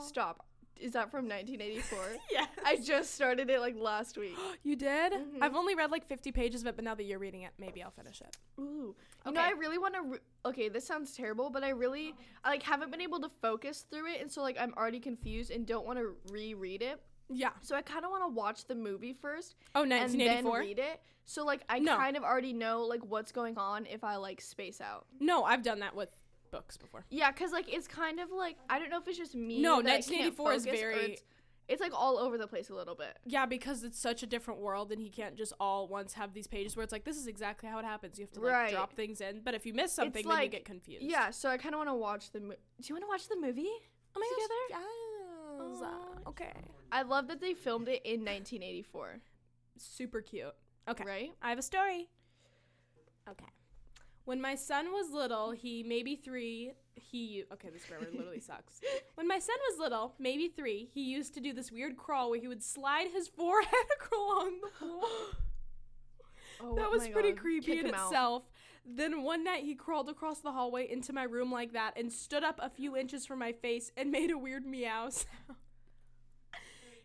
Speaker 2: Stop. Is that from 1984?
Speaker 1: yeah. Mm-hmm.
Speaker 2: I just started it like last week.
Speaker 1: You did?
Speaker 2: Mhm.
Speaker 1: I've only read like 50 pages of it, but now that you're reading it, maybe I'll finish it.
Speaker 2: (gasps) Ooh. You know,
Speaker 1: Okay.
Speaker 2: I really want to. Re- okay, this sounds terrible, but I really, I like haven't been able to focus through it, and so like I'm already confused and don't want to reread it.
Speaker 1: Yeah.
Speaker 2: So I kind of want to watch the movie first
Speaker 1: Oh,
Speaker 2: and then
Speaker 1: 1984?
Speaker 2: read it. So like I
Speaker 1: No.
Speaker 2: kind of already know like what's going on if I like space out.
Speaker 1: No, I've done that with books before.
Speaker 2: Yeah, cause like it's kind of like I don't know if it's just me.
Speaker 1: No,
Speaker 2: that I can't
Speaker 1: 1984 is
Speaker 2: focus, or
Speaker 1: very-
Speaker 2: It's, it's like all over the place a little bit.
Speaker 1: Yeah, because it's such a different world, and he can't just all at once have these pages where it's like, this is exactly how it happens. You have to like
Speaker 2: Right.
Speaker 1: drop things in, but if you miss something, then you
Speaker 2: like-
Speaker 1: get confused.
Speaker 2: Yeah, so I kind of want to watch the. Mo- Do you want to watch the movie?
Speaker 1: Oh my
Speaker 2: Together?
Speaker 1: gosh. Yes.
Speaker 2: Aw.
Speaker 1: okay.
Speaker 2: I love that they filmed it in 1984.
Speaker 1: Super cute. Okay.
Speaker 2: Right?
Speaker 1: I have a story. Okay. When my son was little, he maybe three. He okay, this grammar literally sucks. When my son was little, maybe three, he used to do this weird crawl where he would slide his (laughs) forehead along the floor.
Speaker 2: Oh,
Speaker 1: that was
Speaker 2: my
Speaker 1: pretty
Speaker 2: God.
Speaker 1: creepy
Speaker 2: Kick
Speaker 1: in
Speaker 2: him out.
Speaker 1: itself. Then one night he crawled across the hallway into my room like that and stood up a few inches from my face and (laughs) made a weird meow sound.
Speaker 2: (laughs)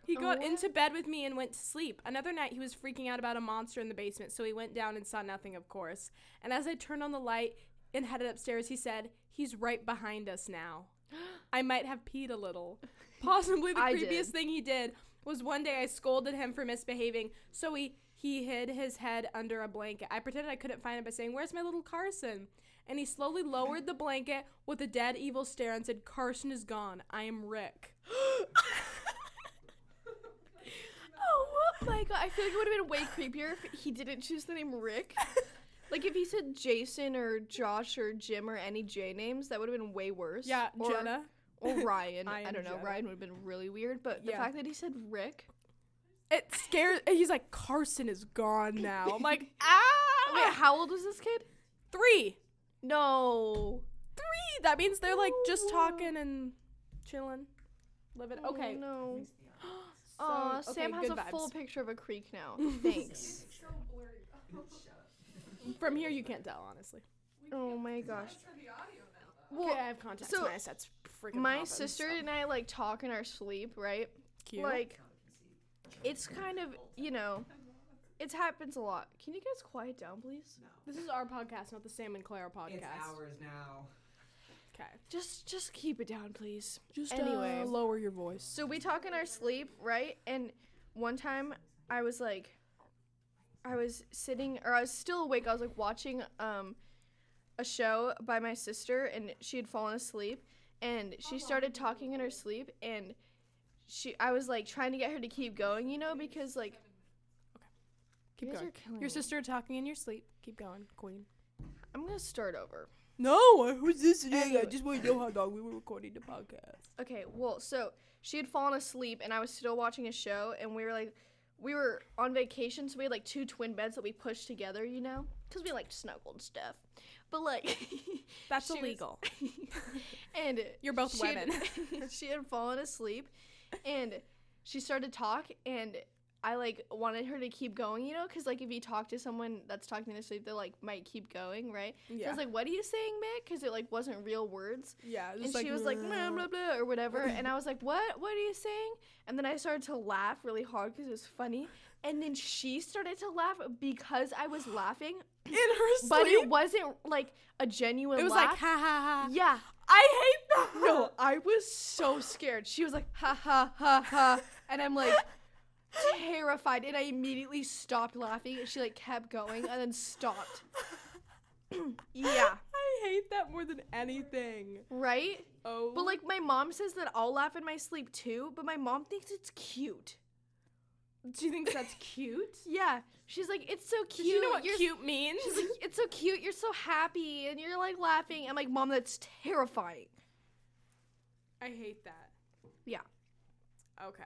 Speaker 1: He got
Speaker 2: Oh.
Speaker 1: into bed with me and went to sleep. Another night he was freaking out about a monster in the basement, so he went down and saw nothing, of course. And as I turned on the light and headed upstairs, he said, He's right behind us now. I might have peed a little. Possibly the
Speaker 2: I
Speaker 1: creepiest
Speaker 2: did.
Speaker 1: thing he did was one day I scolded him for misbehaving, so he he hid his head under a blanket. I pretended I couldn't find it by saying, "Where's my little Carson?" And he slowly lowered the blanket with a dead evil stare and said, "Carson is gone. I am Rick."
Speaker 2: (gasps) Oh my God. I feel like it would have been way creepier if he didn't choose the name Rick.
Speaker 1: (laughs)
Speaker 2: like if he said Jason or Josh or Jim or any J names, that would have been way worse.
Speaker 1: Yeah,
Speaker 2: or,
Speaker 1: Jenna.
Speaker 2: Or Ryan.
Speaker 1: (laughs) I
Speaker 2: I,
Speaker 1: am
Speaker 2: don't know.
Speaker 1: Jenna.
Speaker 2: Ryan would have been really weird, but the
Speaker 1: Yeah.
Speaker 2: fact that he said Rick.
Speaker 1: it scares. and He's like, Carson is gone now.
Speaker 2: (laughs)
Speaker 1: I'm like, ah,
Speaker 2: Wait, how old was this kid?
Speaker 1: three,
Speaker 2: No.
Speaker 1: three. That means they're like just talking and chilling, living. Okay,
Speaker 2: Oh, no.
Speaker 1: So,
Speaker 2: Aw,
Speaker 1: okay,
Speaker 2: Sam has
Speaker 1: good
Speaker 2: a full
Speaker 1: vibes.
Speaker 2: picture of a creek now. (laughs) Thanks.
Speaker 4: It's so blurry.
Speaker 1: From here, you can't tell, honestly.
Speaker 2: oh my gosh.
Speaker 4: That's for the audio now. though.
Speaker 2: Well,
Speaker 1: okay, I have contacts.
Speaker 2: so
Speaker 1: my set's freaking
Speaker 2: my
Speaker 1: poppin',
Speaker 2: sister
Speaker 1: so
Speaker 2: and I like talk in our sleep, right?
Speaker 1: cute.
Speaker 3: Oh,
Speaker 2: Like, it's kind of you know, it happens a lot. Can you guys quiet down, please?
Speaker 1: this is our podcast, not the Sam and Claire
Speaker 3: It's
Speaker 1: podcast.
Speaker 3: ours now.
Speaker 1: Okay.
Speaker 2: Just just keep it down, please.
Speaker 1: Just uh,
Speaker 2: Anyway.
Speaker 1: lower your voice.
Speaker 2: So we talk in our sleep, right? And one time I was like I was sitting or I was still awake. I was like watching um a show by my sister and she had fallen asleep and she started talking in her sleep and she I was like trying to get her to keep going, you know, because like
Speaker 1: Keep
Speaker 2: you guys
Speaker 1: going.
Speaker 2: are killing
Speaker 1: Your
Speaker 2: me.
Speaker 1: sister talking in your sleep. Keep going, Queen.
Speaker 2: I'm going to start over.
Speaker 1: No, who's listening?
Speaker 2: Anyway.
Speaker 1: just want to know how long we were recording the podcast.
Speaker 2: Okay, well, so she had fallen asleep, and I was still watching a show, and we were like, we were on vacation, so we had like two twin beds that we pushed together, you know, because we like to snuggle and stuff. But like, (laughs)
Speaker 1: That's
Speaker 2: she was- (laughs)
Speaker 1: illegal.
Speaker 2: and
Speaker 1: You're both
Speaker 2: she had- (laughs)
Speaker 1: women.
Speaker 2: she had fallen asleep, and she started to talk, and I like wanted her to keep going, you know, because like if you talk to someone that's talking in their sleep, they like might keep going, right? So I
Speaker 1: Yeah.
Speaker 2: was like, what are you saying, Mick? Because it like wasn't real words
Speaker 1: yeah. "Mmm."
Speaker 2: and she was like blah blah blah or
Speaker 1: (laughs)
Speaker 2: whatever and i was like what what are you saying and then i started to laugh really hard because it was funny and then she started to laugh because i was laughing
Speaker 1: (gasps) in her sleep.
Speaker 2: but it wasn't like a genuine
Speaker 1: it was like ha
Speaker 2: laugh
Speaker 1: ha ha.
Speaker 2: yeah
Speaker 1: I hate that.
Speaker 2: no i was so scared she was like ha ha ha ha and i'm
Speaker 1: (laughs)
Speaker 2: like terrified and i immediately stopped laughing and she like kept going and then
Speaker 1: (laughs)
Speaker 2: stopped (laughs) (clears throat) yeah
Speaker 1: I hate that more than anything.
Speaker 2: right
Speaker 1: Oh.
Speaker 2: But like my mom says that I'll laugh in my sleep too, but my mom thinks it's cute.
Speaker 1: do you think that's cute?
Speaker 2: Yeah. She's like, it's so
Speaker 1: Do
Speaker 2: cute.
Speaker 1: you know what
Speaker 2: you're s-
Speaker 1: cute means?
Speaker 2: She's like, it's so cute. You're so happy, and you're like laughing. I'm like, mom, that's terrifying.
Speaker 1: I hate that.
Speaker 2: Yeah.
Speaker 1: Okay.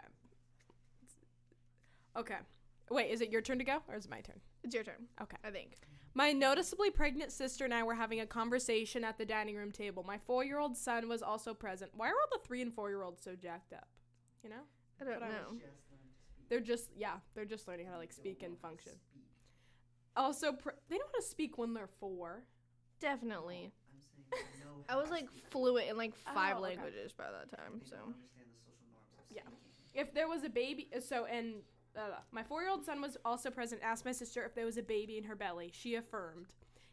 Speaker 1: Okay. Wait, is it your turn to go or is it my turn?
Speaker 2: It's your turn.
Speaker 1: Okay.
Speaker 2: I think.
Speaker 1: My noticeably pregnant sister and I were having a conversation at the dining room table. My four year old son was also present. Why are all the three and four year olds so jacked up? You know?
Speaker 2: I don't
Speaker 1: But I was
Speaker 2: know.
Speaker 1: They're just, yeah, they're just learning how to like speak and function. Also, pre- they don't want to speak when they're four.
Speaker 2: Definitely.
Speaker 3: I'm saying I know
Speaker 2: (laughs) I was like fluent in like five
Speaker 1: Oh, okay.
Speaker 2: languages by that time. So
Speaker 1: Yeah. If there was a baby, so, and uh, my four year old son was also present, asked my sister if there was a baby in her belly. She affirmed.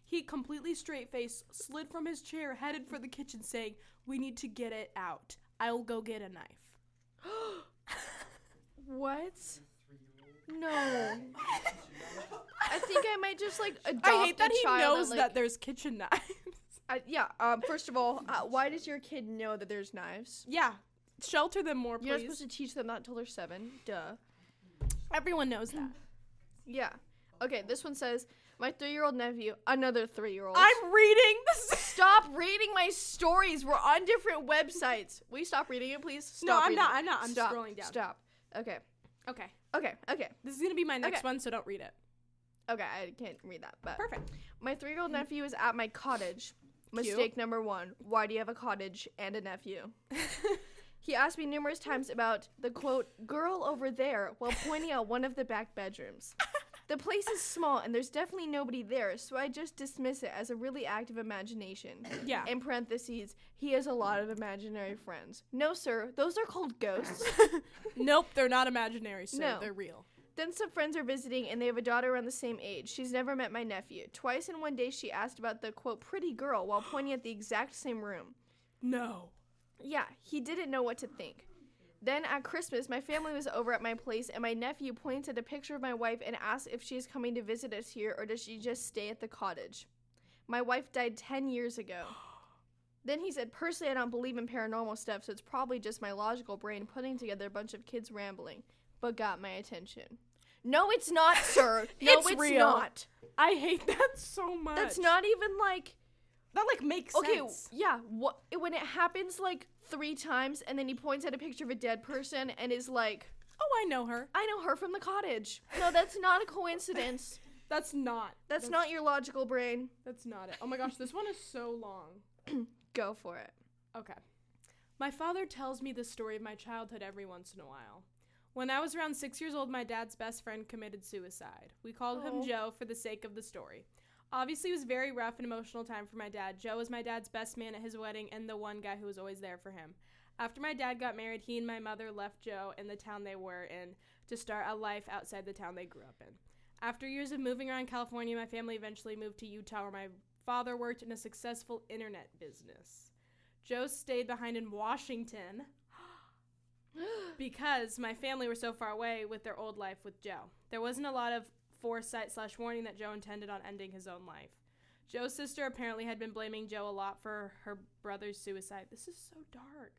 Speaker 1: He completely straight faced slid from his chair, headed for the kitchen, saying, We need to get it out. I'll go get a knife.
Speaker 2: what? No. I think I might just like adopt
Speaker 1: I hate that
Speaker 2: a
Speaker 1: he
Speaker 2: child
Speaker 1: knows that,
Speaker 2: like,
Speaker 1: there's kitchen (laughs) knives.
Speaker 2: I, yeah. Um. First of all, uh, why does your kid know that there's knives?
Speaker 1: yeah. Shelter them more,
Speaker 2: You're not
Speaker 1: please.
Speaker 2: supposed to teach them that until they're seven. Duh.
Speaker 1: Everyone knows that.
Speaker 2: Yeah. Okay, this one says, My three year old nephew, another three year old.
Speaker 1: I'm reading this.
Speaker 2: Stop reading my stories. We're on different websites. Will you stop reading it, please? Stop
Speaker 1: (laughs) No, I'm
Speaker 2: reading
Speaker 1: not,
Speaker 2: it.
Speaker 1: I'm not. I'm
Speaker 2: Stop.
Speaker 1: scrolling down.
Speaker 2: Stop. Okay.
Speaker 1: Okay.
Speaker 2: Okay. Okay.
Speaker 1: This is going to be my next
Speaker 2: Okay.
Speaker 1: one, so don't read it.
Speaker 2: Okay. I can't read that, but
Speaker 1: Perfect.
Speaker 2: my three year old nephew is at my cottage. Mistake number one. Why do you have a cottage and a nephew? He asked me numerous times about the quote, girl over there, while pointing out one of the back bedrooms. The place is small and there's definitely nobody there, so I just dismiss it as a really active imagination.
Speaker 1: yeah.
Speaker 2: In parentheses, he has a lot of imaginary friends. No, sir, those are called ghosts.
Speaker 1: nope, they're not imaginary, so
Speaker 2: No.
Speaker 1: they're real.
Speaker 2: then some friends are visiting and they have a daughter around the same age. She's never met my nephew. Twice in one day, she asked about the quote, pretty girl, while pointing at the exact same room.
Speaker 1: No.
Speaker 2: Yeah, he didn't know what to think. Then at Christmas, my family was over at my place, and my nephew points at a picture of my wife and asks if she is coming to visit us here or does she just stay at the cottage. My wife died 10 years (gasps) ago. Then he said, Personally, I don't believe in paranormal stuff, so it's probably just my logical brain putting together a bunch of kids rambling, but got my attention. No, it's not, sir. (laughs) No,
Speaker 1: It's
Speaker 2: it's,
Speaker 1: real.
Speaker 2: not.
Speaker 1: I hate (laughs) that so much.
Speaker 2: That's not even like
Speaker 1: That like makes
Speaker 2: Okay, w-
Speaker 1: sense.
Speaker 2: yeah. What when it happens like three times, and then he points at a picture of a dead person and is like,
Speaker 1: Oh, I know her.
Speaker 2: I know her from the cottage. No, that's not a
Speaker 1: (laughs)
Speaker 2: coincidence.
Speaker 1: That's not.
Speaker 2: That's not your logical brain.
Speaker 1: That's not it. Oh my gosh, this one is so long.
Speaker 2: Go for it.
Speaker 1: Okay. My father tells me the story of my childhood every once in a while. When I was around six years old, my dad's best friend committed suicide. We called
Speaker 2: Oh.
Speaker 1: him Joe for the sake of the story. Obviously, it was a very rough and emotional time for my dad. Joe was my dad's best man at his wedding and the one guy who was always there for him. After my dad got married, he and my mother left Joe and the town they were in to start a life outside the town they grew up in. After years of moving around California, my family eventually moved to Utah, where my father worked in a successful internet business. Joe stayed behind in Washington because my family were so far away with their old life with Joe. There wasn't a lot of foresight slash warning that Joe intended on ending his own life. Joe's sister apparently had been blaming Joe a lot for her brother's suicide. This is so dark.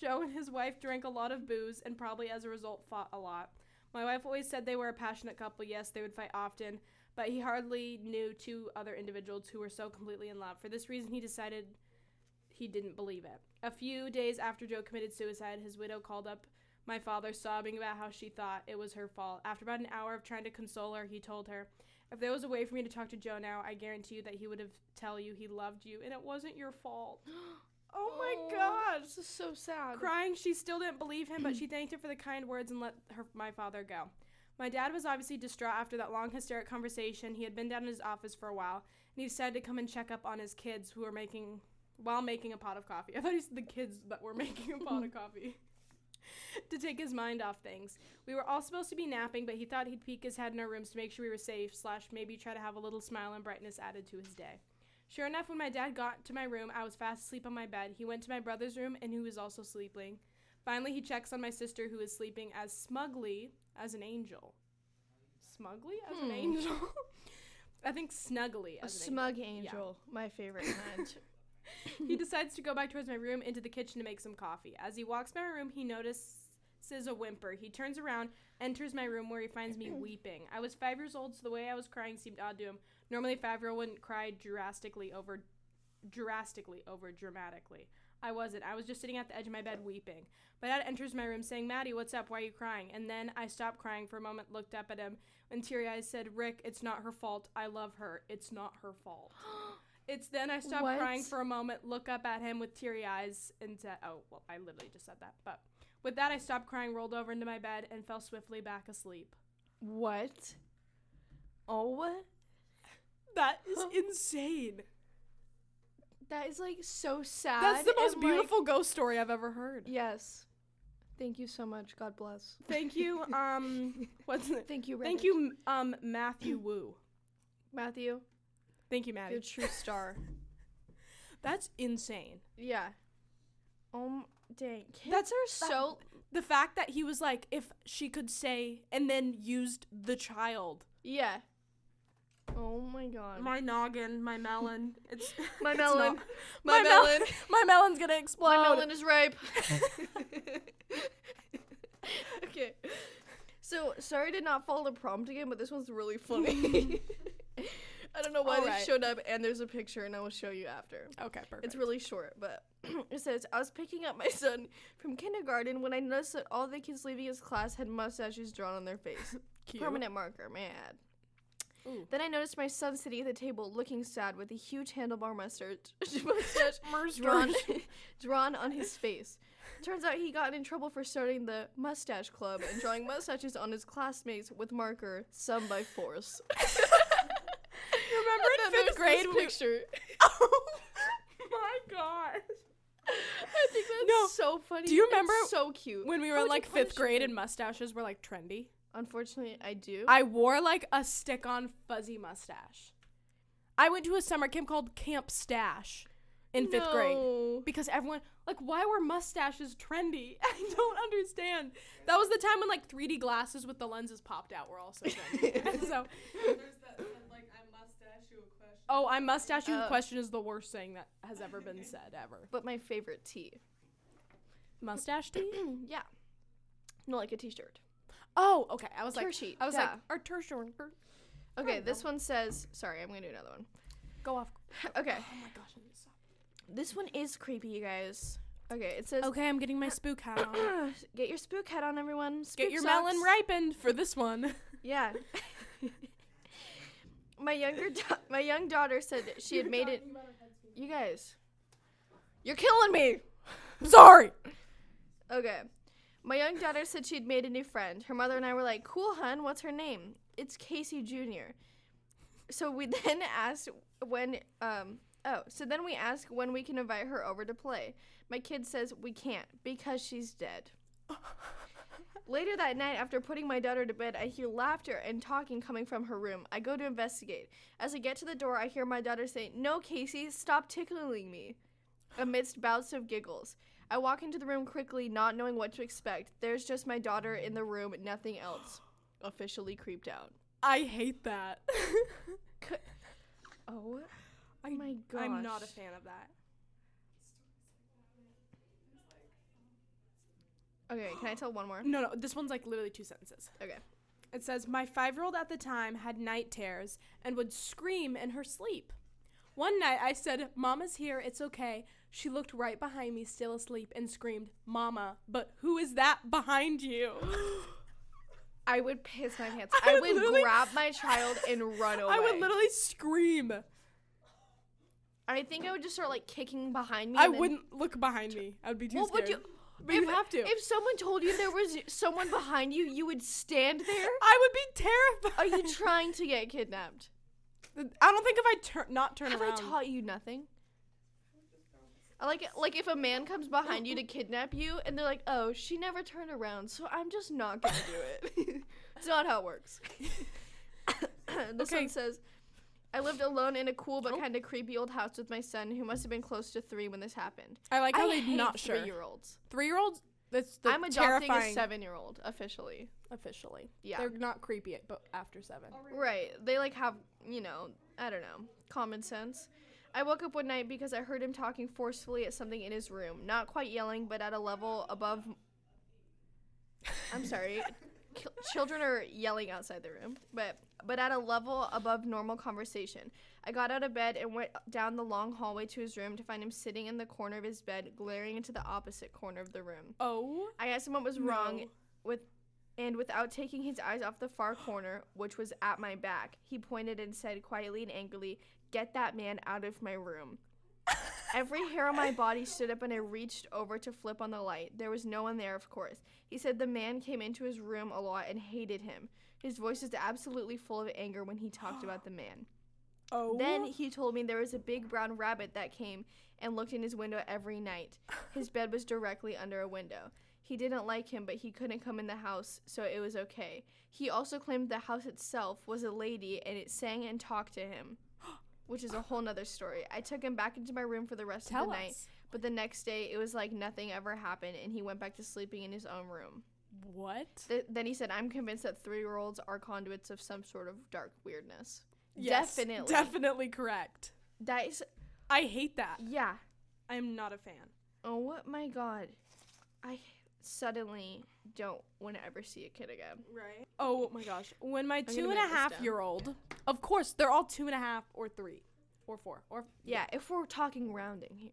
Speaker 1: Joe and his wife drank a lot of booze and probably as a result fought a lot. My wife always said they were a passionate couple. Yes, they would fight often, but he hardly knew two other individuals who were so completely in love. For this reason, he decided he didn't believe it. A few days after Joe committed suicide, his widow called up my father, sobbing about how she thought it was her fault. After about an hour of trying to console her, he told her, If there was a way for me to talk to Joe now, I guarantee you that he would have tell you he loved you and it wasn't your fault. (gasps)
Speaker 2: Oh my gosh, this is so sad.
Speaker 1: Crying, she still didn't believe him, but she thanked him for the kind words and let her my father go. My dad was obviously distraught after that long hysteric conversation. He had been down in his office for a while, and he decided to come and check up on his kids who were making while making a pot of coffee. (laughs) I thought he said the kids that were (laughs) making a pot of coffee. (laughs) to take his mind off things. We were all supposed to be napping, but he thought he'd peek his head in our rooms to make sure we were safe, slash maybe try to have a little smile and brightness added to his day. Sure enough, when my dad got to my room, I was fast asleep on my bed. He went to my brother's room, and he was also sleeping. Finally, he checks on my sister, who is sleeping as smugly as an angel. Smugly as an
Speaker 2: Hmm.
Speaker 1: angel? (laughs) I think snugly
Speaker 2: A
Speaker 1: as an angel.
Speaker 2: smug angel, my
Speaker 1: (laughs)
Speaker 2: favorite kind.
Speaker 1: He decides to go back towards my room into the kitchen to make some coffee. As he walks by my room, he notices a whimper. He turns around, enters my room where he finds me weeping. I was five years old, so the way I was crying seemed odd to him. Normally, a five year old wouldn't cry drastically over drastically over dramatically. I wasn't. I was just sitting at the edge of my bed weeping. My dad enters my room saying, Maddie, what's up? Why are you crying? And then I stopped crying for a moment, looked up at him, and teary eyed said, Rick, it's not her fault. I love her. It's not her fault. (gasps) It's then I stopped
Speaker 2: What?
Speaker 1: crying for a moment, look up at him with teary eyes, and said, Oh, well, I literally just said that. But with that, I stopped crying, rolled over into my bed, and fell swiftly back asleep.
Speaker 2: what? Oh,
Speaker 1: That is (gasps) insane.
Speaker 2: that is like so sad.
Speaker 1: That's the most
Speaker 2: and, like-
Speaker 1: beautiful ghost story I've ever heard.
Speaker 2: yes. Thank you so much. God bless.
Speaker 1: Thank you. (laughs) Um, what's it?
Speaker 2: Thank you. Reddit.
Speaker 1: Thank you, m- um, Matthew Wu.
Speaker 2: Matthew.
Speaker 1: Thank you,
Speaker 2: You're a
Speaker 1: Maddie.
Speaker 2: true
Speaker 1: (laughs)
Speaker 2: star.
Speaker 1: That's insane.
Speaker 2: yeah. Um. Dang.
Speaker 1: That's her
Speaker 2: so.
Speaker 1: The fact that he was like, if she could say, and then used the child.
Speaker 2: Yeah. Oh my god.
Speaker 1: My noggin, my melon. It's (laughs)
Speaker 2: (laughs) My
Speaker 1: it's
Speaker 2: melon.
Speaker 1: not-
Speaker 2: My
Speaker 1: my mel-
Speaker 2: melon.
Speaker 1: my melon's gonna
Speaker 2: (laughs)
Speaker 1: explode.
Speaker 2: My melon is
Speaker 1: (laughs)
Speaker 2: ripe. okay. So sorry to not follow the prompt again, but this one's
Speaker 1: (laughs)
Speaker 2: really funny. (laughs) I don't know why
Speaker 1: All
Speaker 2: this
Speaker 1: right.
Speaker 2: showed up, and there's a picture, and I will show you after.
Speaker 1: Okay, perfect.
Speaker 2: It's really short, but (clears throat) it says I was picking up my son from kindergarten when I noticed that all the kids leaving his class had mustaches drawn on their face.
Speaker 1: Cute.
Speaker 2: Permanent marker, mad.
Speaker 1: Ooh.
Speaker 2: Then I noticed my son sitting at the table looking sad with a huge handlebar mustache, (laughs) mustache drawn, (laughs)
Speaker 1: (laughs)
Speaker 2: drawn on his face. Turns out he got in trouble for starting the mustache club and drawing mustaches on his classmates with marker, some by (laughs) force. (laughs)
Speaker 1: Remember in
Speaker 2: And then there's
Speaker 1: fifth grade
Speaker 2: this
Speaker 1: we-
Speaker 2: picture.
Speaker 1: (laughs) oh my god.
Speaker 2: (laughs) I think that's
Speaker 1: No.
Speaker 2: so funny.
Speaker 1: Do you
Speaker 2: and
Speaker 1: remember
Speaker 2: so cute.
Speaker 1: When we
Speaker 2: How
Speaker 1: were in
Speaker 2: would
Speaker 1: like
Speaker 2: you
Speaker 1: fifth
Speaker 2: punish
Speaker 1: grade
Speaker 2: him?
Speaker 1: and mustaches were like trendy.
Speaker 2: Unfortunately, I do.
Speaker 1: I wore like a stick on fuzzy mustache. I went to a summer camp called Camp Stash in fifth grade.
Speaker 2: No.
Speaker 1: Because everyone like why were mustaches trendy? (laughs) I don't understand. That was the time when like 3D glasses with the lenses popped out were also trendy.
Speaker 2: (laughs)
Speaker 1: (laughs) And so
Speaker 4: There's that said, like, I mustache you
Speaker 1: (laughs)
Speaker 4: a question.
Speaker 1: Oh, I mustache you. The
Speaker 2: Oh.
Speaker 1: question is the worst thing that has
Speaker 2: (laughs)
Speaker 1: ever been said ever.
Speaker 2: But my favorite tea. (clears throat)
Speaker 1: Mustache tea?
Speaker 2: yeah. No, like a t-shirt.
Speaker 1: Oh, okay. I was like,
Speaker 2: Tertiary,
Speaker 1: I was like,
Speaker 2: yeah.
Speaker 1: our tertiary.
Speaker 2: Okay, this one says. Sorry, I'm gonna do another one.
Speaker 1: Go off.
Speaker 2: okay,
Speaker 1: Oh my gosh, I need to stop.
Speaker 2: this one is creepy, you guys. Okay, it says
Speaker 1: Okay, I'm getting my spook hat on.
Speaker 2: (sighs) get your spook hat on, everyone. Spook
Speaker 1: Get your
Speaker 2: socks.
Speaker 1: melon ripened for this (laughs) one.
Speaker 2: Yeah. my younger da- my young daughter said that she had made it. You guys, you're killing me.
Speaker 1: I'm sorry.
Speaker 2: Okay. My young daughter said she'd made a new friend. Her mother and I were like, "Cool, hun. What's her name?" It's Casey Jr. So we (laughs) then asked when um oh, so then we asked when we can invite her over to play. My kid says we can't because she's dead. Later that night, after putting my daughter to bed, I hear laughter and talking coming from her room. I go to investigate. As I get to the door, I hear my daughter say, No, Casey, stop tickling me, amidst bouts of giggles. I walk into the room quickly, not knowing what to expect. There's just my daughter in the room, nothing
Speaker 1: (gasps)
Speaker 2: else. Officially creeped out.
Speaker 1: I hate that. (laughs)
Speaker 2: Oh,
Speaker 1: I,
Speaker 2: my
Speaker 1: I'm not a
Speaker 2: gosh.
Speaker 1: fan of that.
Speaker 2: okay. Can I tell one
Speaker 1: (gasps)
Speaker 2: more?
Speaker 1: No, no, this one's like literally two sentences.
Speaker 2: Okay.
Speaker 1: It says, My five year old at the time had night terrors and would scream in her sleep. One night I said, Mama's here, it's okay. She looked right behind me, still asleep, and screamed, Mama, but who is that behind you?
Speaker 2: (gasps)
Speaker 1: (gasps)
Speaker 2: I would piss my pants.
Speaker 1: I
Speaker 2: I,
Speaker 1: would
Speaker 2: would
Speaker 1: literally-
Speaker 2: grab
Speaker 1: (laughs)
Speaker 2: my child and run away.
Speaker 1: I would literally scream.
Speaker 2: I think I would just start like kicking behind me.
Speaker 1: I
Speaker 2: and then-
Speaker 1: wouldn't look behind me. I would be too
Speaker 2: What would
Speaker 1: scared.
Speaker 2: you-
Speaker 1: But you have to.
Speaker 2: If someone told you there was someone behind you, you would stand
Speaker 1: (laughs)
Speaker 2: there.
Speaker 1: I would be terrified.
Speaker 2: Are you trying to get kidnapped?
Speaker 1: I don't think if I turn, not turn
Speaker 2: Have
Speaker 1: around.
Speaker 2: I taught you nothing? I Like like if a man comes behind you to kidnap you and they're like, "Oh, she never turned around, so I'm just not gonna do it." (laughs) it's not how it works. (coughs) this
Speaker 1: Okay.
Speaker 2: one says, "I lived alone in a cool but
Speaker 1: Oh.
Speaker 2: kind of creepy old house with my son, who must have been close to three when this happened."
Speaker 1: I like how
Speaker 2: I
Speaker 1: they
Speaker 2: hate
Speaker 1: not sure.
Speaker 2: three-year-olds.
Speaker 1: Three year olds. That's the
Speaker 2: I'm adopting
Speaker 1: terrifying.
Speaker 2: a seven-year-old officially.
Speaker 1: officially.
Speaker 2: Yeah.
Speaker 1: They're not creepy, but after seven.
Speaker 2: Right. They like have, you know, I don't know, common sense. I woke up one night because I heard him talking forcefully at something in his room. Not quite yelling, but at a level above. I'm sorry. Ki- Children are yelling outside the room, but but at a level above normal conversation. I got out of bed and went down the long hallway to his room to find him sitting in the corner of his bed, glaring into the opposite corner of the room.
Speaker 1: Oh.
Speaker 2: I asked him what was
Speaker 1: No.
Speaker 2: wrong with and without taking his eyes off the far corner, which was at my back, he pointed and said quietly and angrily, Get that man out of my room. Every hair on my body stood up and I reached over to flip on the light. There was no one there, of course. He said the man came into his room a lot and hated him. His voice was absolutely full of anger when he talked about the man.
Speaker 1: Oh.
Speaker 2: Then he told me there was a big brown rabbit that came and looked in his window every night. His bed was directly under a window. He didn't like him, but he couldn't come in the house, so it was okay. He also claimed the house itself was a lady and it sang and talked to
Speaker 1: (gasps)
Speaker 2: him, which is a whole nother story. I took him back into my room for the rest
Speaker 1: tell
Speaker 2: of the
Speaker 1: us.
Speaker 2: night, but the next day it was like nothing ever happened and he went back to sleeping in his own room.
Speaker 1: What?
Speaker 2: Th- then he said, I'm convinced that three year olds are conduits of some sort of dark weirdness.
Speaker 1: Yes,
Speaker 2: Definitely.
Speaker 1: Definitely correct.
Speaker 2: That is,
Speaker 1: I hate that.
Speaker 2: yeah.
Speaker 1: I'm not a fan.
Speaker 2: Oh what my god. I suddenly don't want to ever see a kid again.
Speaker 1: Right. Oh my gosh. When my
Speaker 2: gonna
Speaker 1: two and
Speaker 2: note
Speaker 1: a
Speaker 2: this
Speaker 1: half
Speaker 2: down.
Speaker 1: year old, of course, they're all two and a half or three or four or
Speaker 2: Yeah, if we're talking rounding here.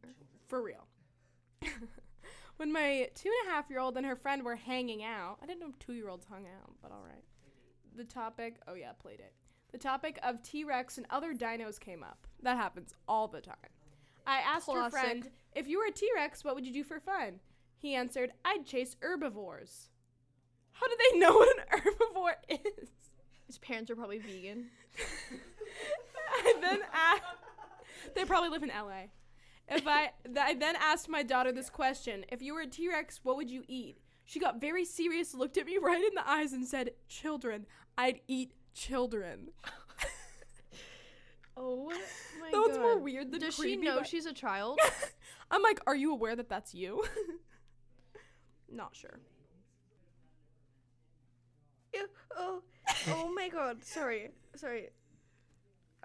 Speaker 1: for real. (laughs) when my two and a half year old and her friend were hanging out, I didn't know two year olds hung out, but all right. The topic, oh yeah, played it. The topic of T Rex and other dinos came up. That happens all the time. I asked her
Speaker 2: Classic.
Speaker 1: friend, if you were a T Rex, what would you do for fun? He answered, I'd chase herbivores. How do they know what an (laughs) herbivore is?
Speaker 2: His parents are probably vegan.
Speaker 1: I then
Speaker 3: (laughs)
Speaker 1: asked, they probably live in LA. If I,
Speaker 2: (laughs)
Speaker 1: th- I then asked my daughter this question: If you were a T Rex, what would you eat? She got very serious, looked at me (laughs) right in the eyes, and said, "Children, I'd eat children."
Speaker 2: (laughs) Oh my
Speaker 1: That one's more weird than
Speaker 2: Does she
Speaker 1: creepy,
Speaker 2: know
Speaker 1: but-
Speaker 2: she's a (laughs) child?
Speaker 1: I'm like, "Are you aware that that's you?" (laughs) Not sure.
Speaker 2: Ew, oh, oh my god. Sorry. Sorry.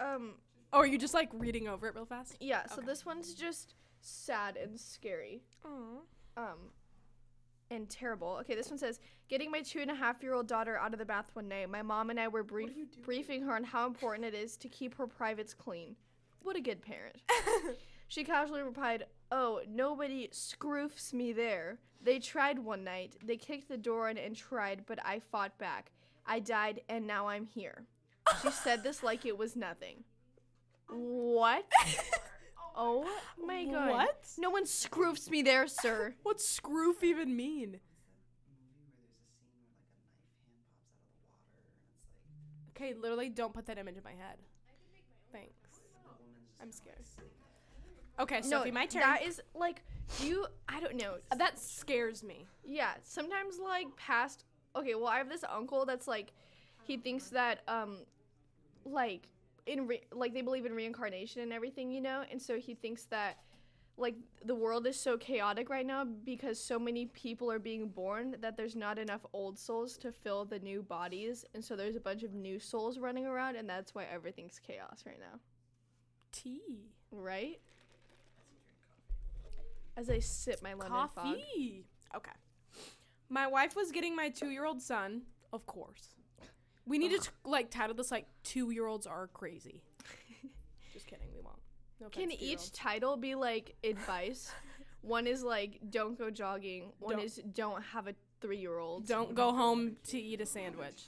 Speaker 2: Um
Speaker 1: Oh, are you just like reading over it real fast?
Speaker 2: yeah, so
Speaker 1: Okay.
Speaker 2: this one's just sad and scary.
Speaker 1: Aww.
Speaker 2: um and terrible. Okay, this one says getting my two and a half year old daughter out of the bath one night. My mom and I were brief- briefing her on how important it is to keep her privates clean. What a good parent. she casually replied, oh, nobody scroofs me there. They tried one night. They kicked the door in and tried, but I fought back. I died, and now I'm here. She said this like it was nothing. What? oh my god.
Speaker 1: What?
Speaker 2: No one scroofs me there, sir.
Speaker 1: What's scroof even mean? Okay, literally don't put that image in my head. Thanks. I'm scared. Okay, Sophie, my turn.
Speaker 2: That is like you. I don't know.
Speaker 1: Uh, that scares me.
Speaker 2: Yeah, sometimes like past. Okay, well, I have this uncle that's like, he thinks that um, like in re- like they believe in reincarnation and everything, you know, and so he thinks that like the world is so chaotic right now because so many people are being born that there's not enough old souls to fill the new bodies and so there's a bunch of new souls running around and that's why everything's chaos right now
Speaker 1: Tea.
Speaker 2: right as i sip my lemon fog
Speaker 1: Coffee. Okay. My wife was getting my two year old son, of course. We need to t- like title this like two year olds are (laughs) crazy. Just kidding, we won't. No
Speaker 2: Can
Speaker 1: offense,
Speaker 2: each
Speaker 1: two-year-olds.
Speaker 2: title be like (laughs) advice? one is like don't go jogging. One
Speaker 1: Don't-
Speaker 2: is don't have a three year old.
Speaker 1: don't go home to eat a sandwich?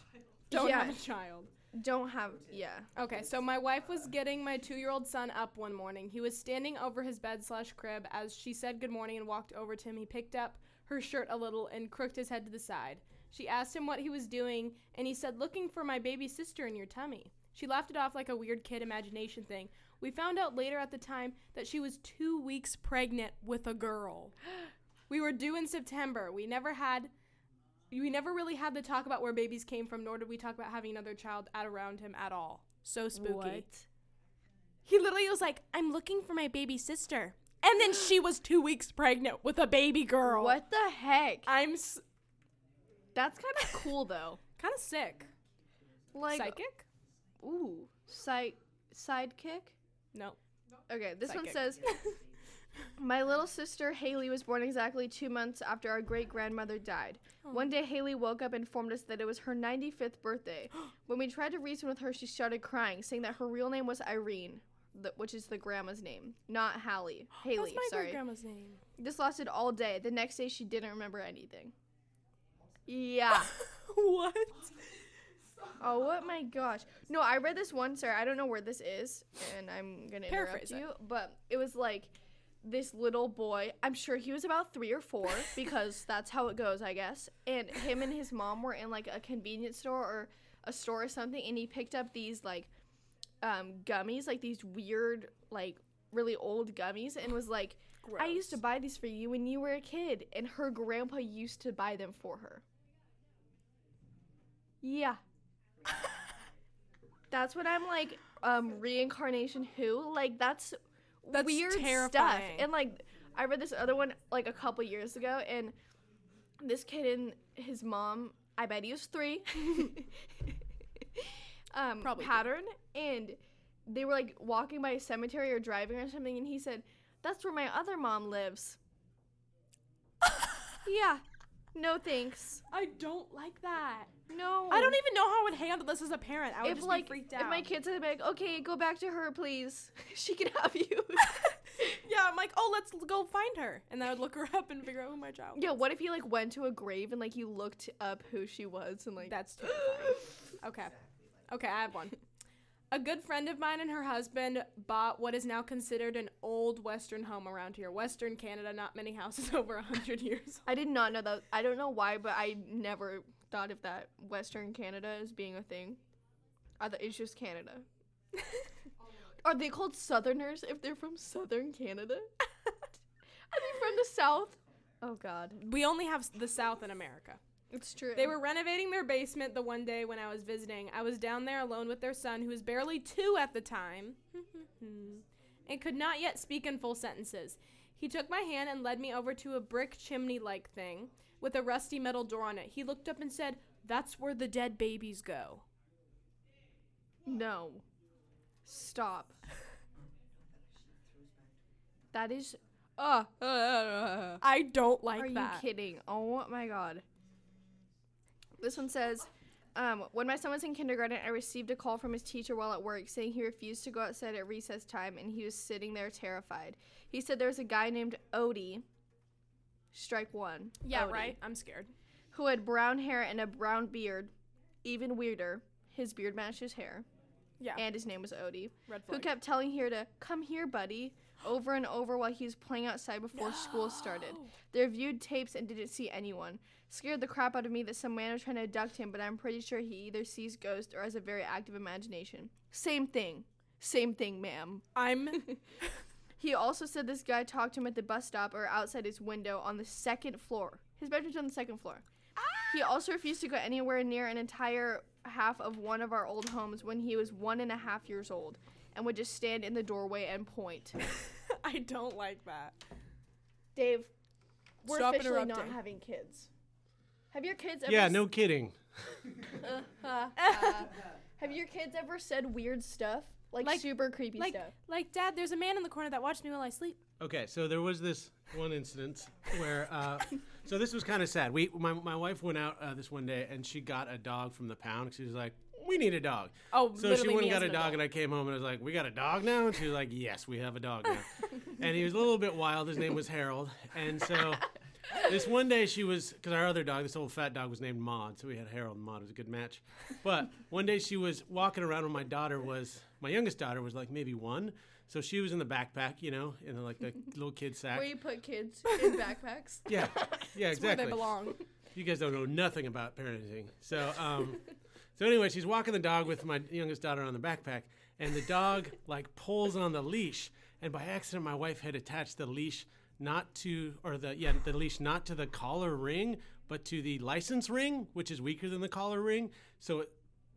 Speaker 1: Don't
Speaker 2: Yeah.
Speaker 1: have a child.
Speaker 2: Don't have yeah.
Speaker 1: Okay, so my wife was getting my two year old son up one morning. He was standing over his bed slash crib as she said good morning and walked over to him. He picked up her shirt a little and crooked his head to the side. She asked him what he was doing, and he said, Looking for my baby sister in your tummy. She laughed it off like a weird kid imagination thing. We found out later at the time that she was two weeks pregnant with a girl. We were due in September. We never had we never really had the talk about where babies came from, nor did we talk about having another child at around him at all. So spooky. He literally was like, I'm looking for my baby sister. And then she was two weeks pregnant with a baby girl.
Speaker 2: What the heck?
Speaker 1: I'm s-
Speaker 2: That's kind of cool (laughs) though.
Speaker 1: kind of sick.
Speaker 2: Like
Speaker 1: Psychic?
Speaker 2: ooh, side sidekick.
Speaker 1: No.
Speaker 2: Okay, this one
Speaker 1: Psychic.
Speaker 2: says (laughs) My little sister Haley was born exactly two months after our great grandmother died.
Speaker 1: Oh.
Speaker 2: One day, Haley woke up and informed us that it was her 95th
Speaker 1: (gasps)
Speaker 2: birthday. when we tried to reason with her, she started crying, saying that her real name was Irene, th- which is the grandma's name, not Hallie. Haley,
Speaker 1: (gasps) That's my great
Speaker 2: sorry.
Speaker 1: grandma's (laughs) name.
Speaker 2: This lasted all day. The next day, she didn't remember anything. Yeah.
Speaker 1: what?
Speaker 2: oh my gosh. No, I read this one, sorry, I don't know where this is, and I'm gonna interrupt
Speaker 1: Paraphrase it.
Speaker 2: you, but it was like this little boy. I'm sure he was about three or
Speaker 1: (laughs)
Speaker 2: four because that's how it goes, I guess. And him and his mom were in like a convenience store or a store or something, and he picked up these like um, gummies, like these weird, like really old gummies, and was like, I used to
Speaker 1: Gross.
Speaker 2: buy these for you when you were a kid, and her grandpa used to buy them for her.
Speaker 1: (laughs)
Speaker 2: Yeah. that's what I'm like, um, reincarnation who? Like, that's,
Speaker 1: That's
Speaker 2: weird stuff.
Speaker 1: terrifying.
Speaker 2: And like, I read this other one like a couple years ago, and this kid and his mom, I bet he was (laughs) three, um,
Speaker 1: Probably three.
Speaker 2: pattern, and they were like walking by a cemetery or driving or something, and he said, That's where my other mom lives. (laughs) yeah. No thanks.
Speaker 1: I don't like that.
Speaker 2: No.
Speaker 1: I don't even know how I would handle this as a parent. I would
Speaker 2: e-, If
Speaker 1: just
Speaker 2: like
Speaker 1: be freaked out.
Speaker 2: if my kids had been like, okay, go back to her, please. (laughs) she can have you.
Speaker 1: (laughs) yeah, I'm like, oh, let's l- go find her, and I would look her up and figure out who my child.
Speaker 2: (laughs) yeah. What if you like went to a grave and like you looked up who she was and like
Speaker 1: That's terrifying. okay. Okay, I have one. A good friend of mine and her husband bought what is now considered an old Western home around here. Western Canada, not many houses (laughs) over 100 years.
Speaker 2: I did not know that. I don't know why, but I never thought of that Western Canada as being a thing. I thought it's just
Speaker 1: (laughs)
Speaker 2: Canada. Are they called Southerners if they're from Southern Canada? I mean, from the South. Oh God,
Speaker 1: We only have s- the South in America.
Speaker 2: it's true.
Speaker 1: They were renovating their basement the one day when I was visiting. I was down there alone with their son, who was barely two at the time, (laughs) and could not yet speak in full sentences. He took my hand and led me over to a brick chimney like thing with a rusty metal door on it. He looked up and said, That's where the dead babies go.
Speaker 2: no.
Speaker 1: (laughs)
Speaker 2: Stop. That is. Uh, uh, uh.
Speaker 1: I don't like
Speaker 2: Are
Speaker 1: that.
Speaker 2: you kidding? Oh my god. This one says, Um, when my son was in kindergarten, I received a call from his teacher while at work saying he refused to go outside at recess time and he was sitting there terrified. He said there was a guy named Odie, strike one.
Speaker 1: Yeah,
Speaker 2: Odie,
Speaker 1: right? I'm scared.
Speaker 2: Who had brown hair and a brown beard. Even weirder, his beard matched his hair.
Speaker 1: Yeah.
Speaker 2: And his name was Odie,
Speaker 1: Red flag.
Speaker 2: who kept telling her to come here, buddy, over and over while he was playing outside before school started.
Speaker 1: No.
Speaker 2: They reviewed tapes and didn't see anyone. Scared the crap out of me that some man was trying to abduct him, but I'm pretty sure he either sees ghosts or has a very active imagination. Same thing. Same thing, ma'am.
Speaker 1: (laughs) I'm
Speaker 2: He also said this guy talked to him at the bus stop or outside his window on the second floor. His bedroom's on the second floor. He also refused to go anywhere near an entire half of one of our old homes when he was one and a half years old and would just stand in the doorway and point.
Speaker 1: I don't like that.
Speaker 2: Dave, we're
Speaker 1: Stop
Speaker 2: officially not
Speaker 1: interrupting.
Speaker 2: having kids. Have your kids ever
Speaker 5: Yeah,
Speaker 2: s-
Speaker 5: no kidding.
Speaker 2: Uh, uh, uh. have your kids ever said weird stuff? Like,
Speaker 1: Like-
Speaker 2: super creepy
Speaker 1: Like
Speaker 2: stuff.
Speaker 1: like dad, there's a man in the corner that watched me while I sleep.
Speaker 5: Okay, so there was this one instance where,
Speaker 1: (laughs)
Speaker 5: uh, so this was kind of sad. We, my, my wife went out uh, this one day and she got a dog from the pound. She was like, "We need a dog."
Speaker 1: Oh,
Speaker 5: So she
Speaker 1: literally
Speaker 5: went
Speaker 1: me
Speaker 5: and
Speaker 1: as
Speaker 5: got a
Speaker 1: an
Speaker 5: dog,
Speaker 1: adult.
Speaker 5: and I came home and I was like, "We got a dog now," and she was like, "Yes, we have a dog
Speaker 1: (laughs)
Speaker 5: now." and he was a little bit wild. His name was Harold, and so. This one day she was, because our other dog, this old fat dog, was named Maud, so we had Harold and Maud. It was a good match. But one day she was walking around when my daughter was, my youngest daughter was like maybe one, so she was in the backpack, you know, in like the little kid sack.
Speaker 2: Where you put kids in (laughs) backpacks.
Speaker 1: (laughs)
Speaker 5: Yeah, yeah,
Speaker 1: It's where
Speaker 5: exactly.
Speaker 1: they belong.
Speaker 5: You guys don't know nothing about parenting. So, um, so anyway, she's walking the dog with my youngest daughter on the backpack, and the dog like pulls on the leash, and by accident, my wife had attached the leash not to, or the yeah, the leash not to the collar ring, but to the license ring, which is weaker than the collar ring. So it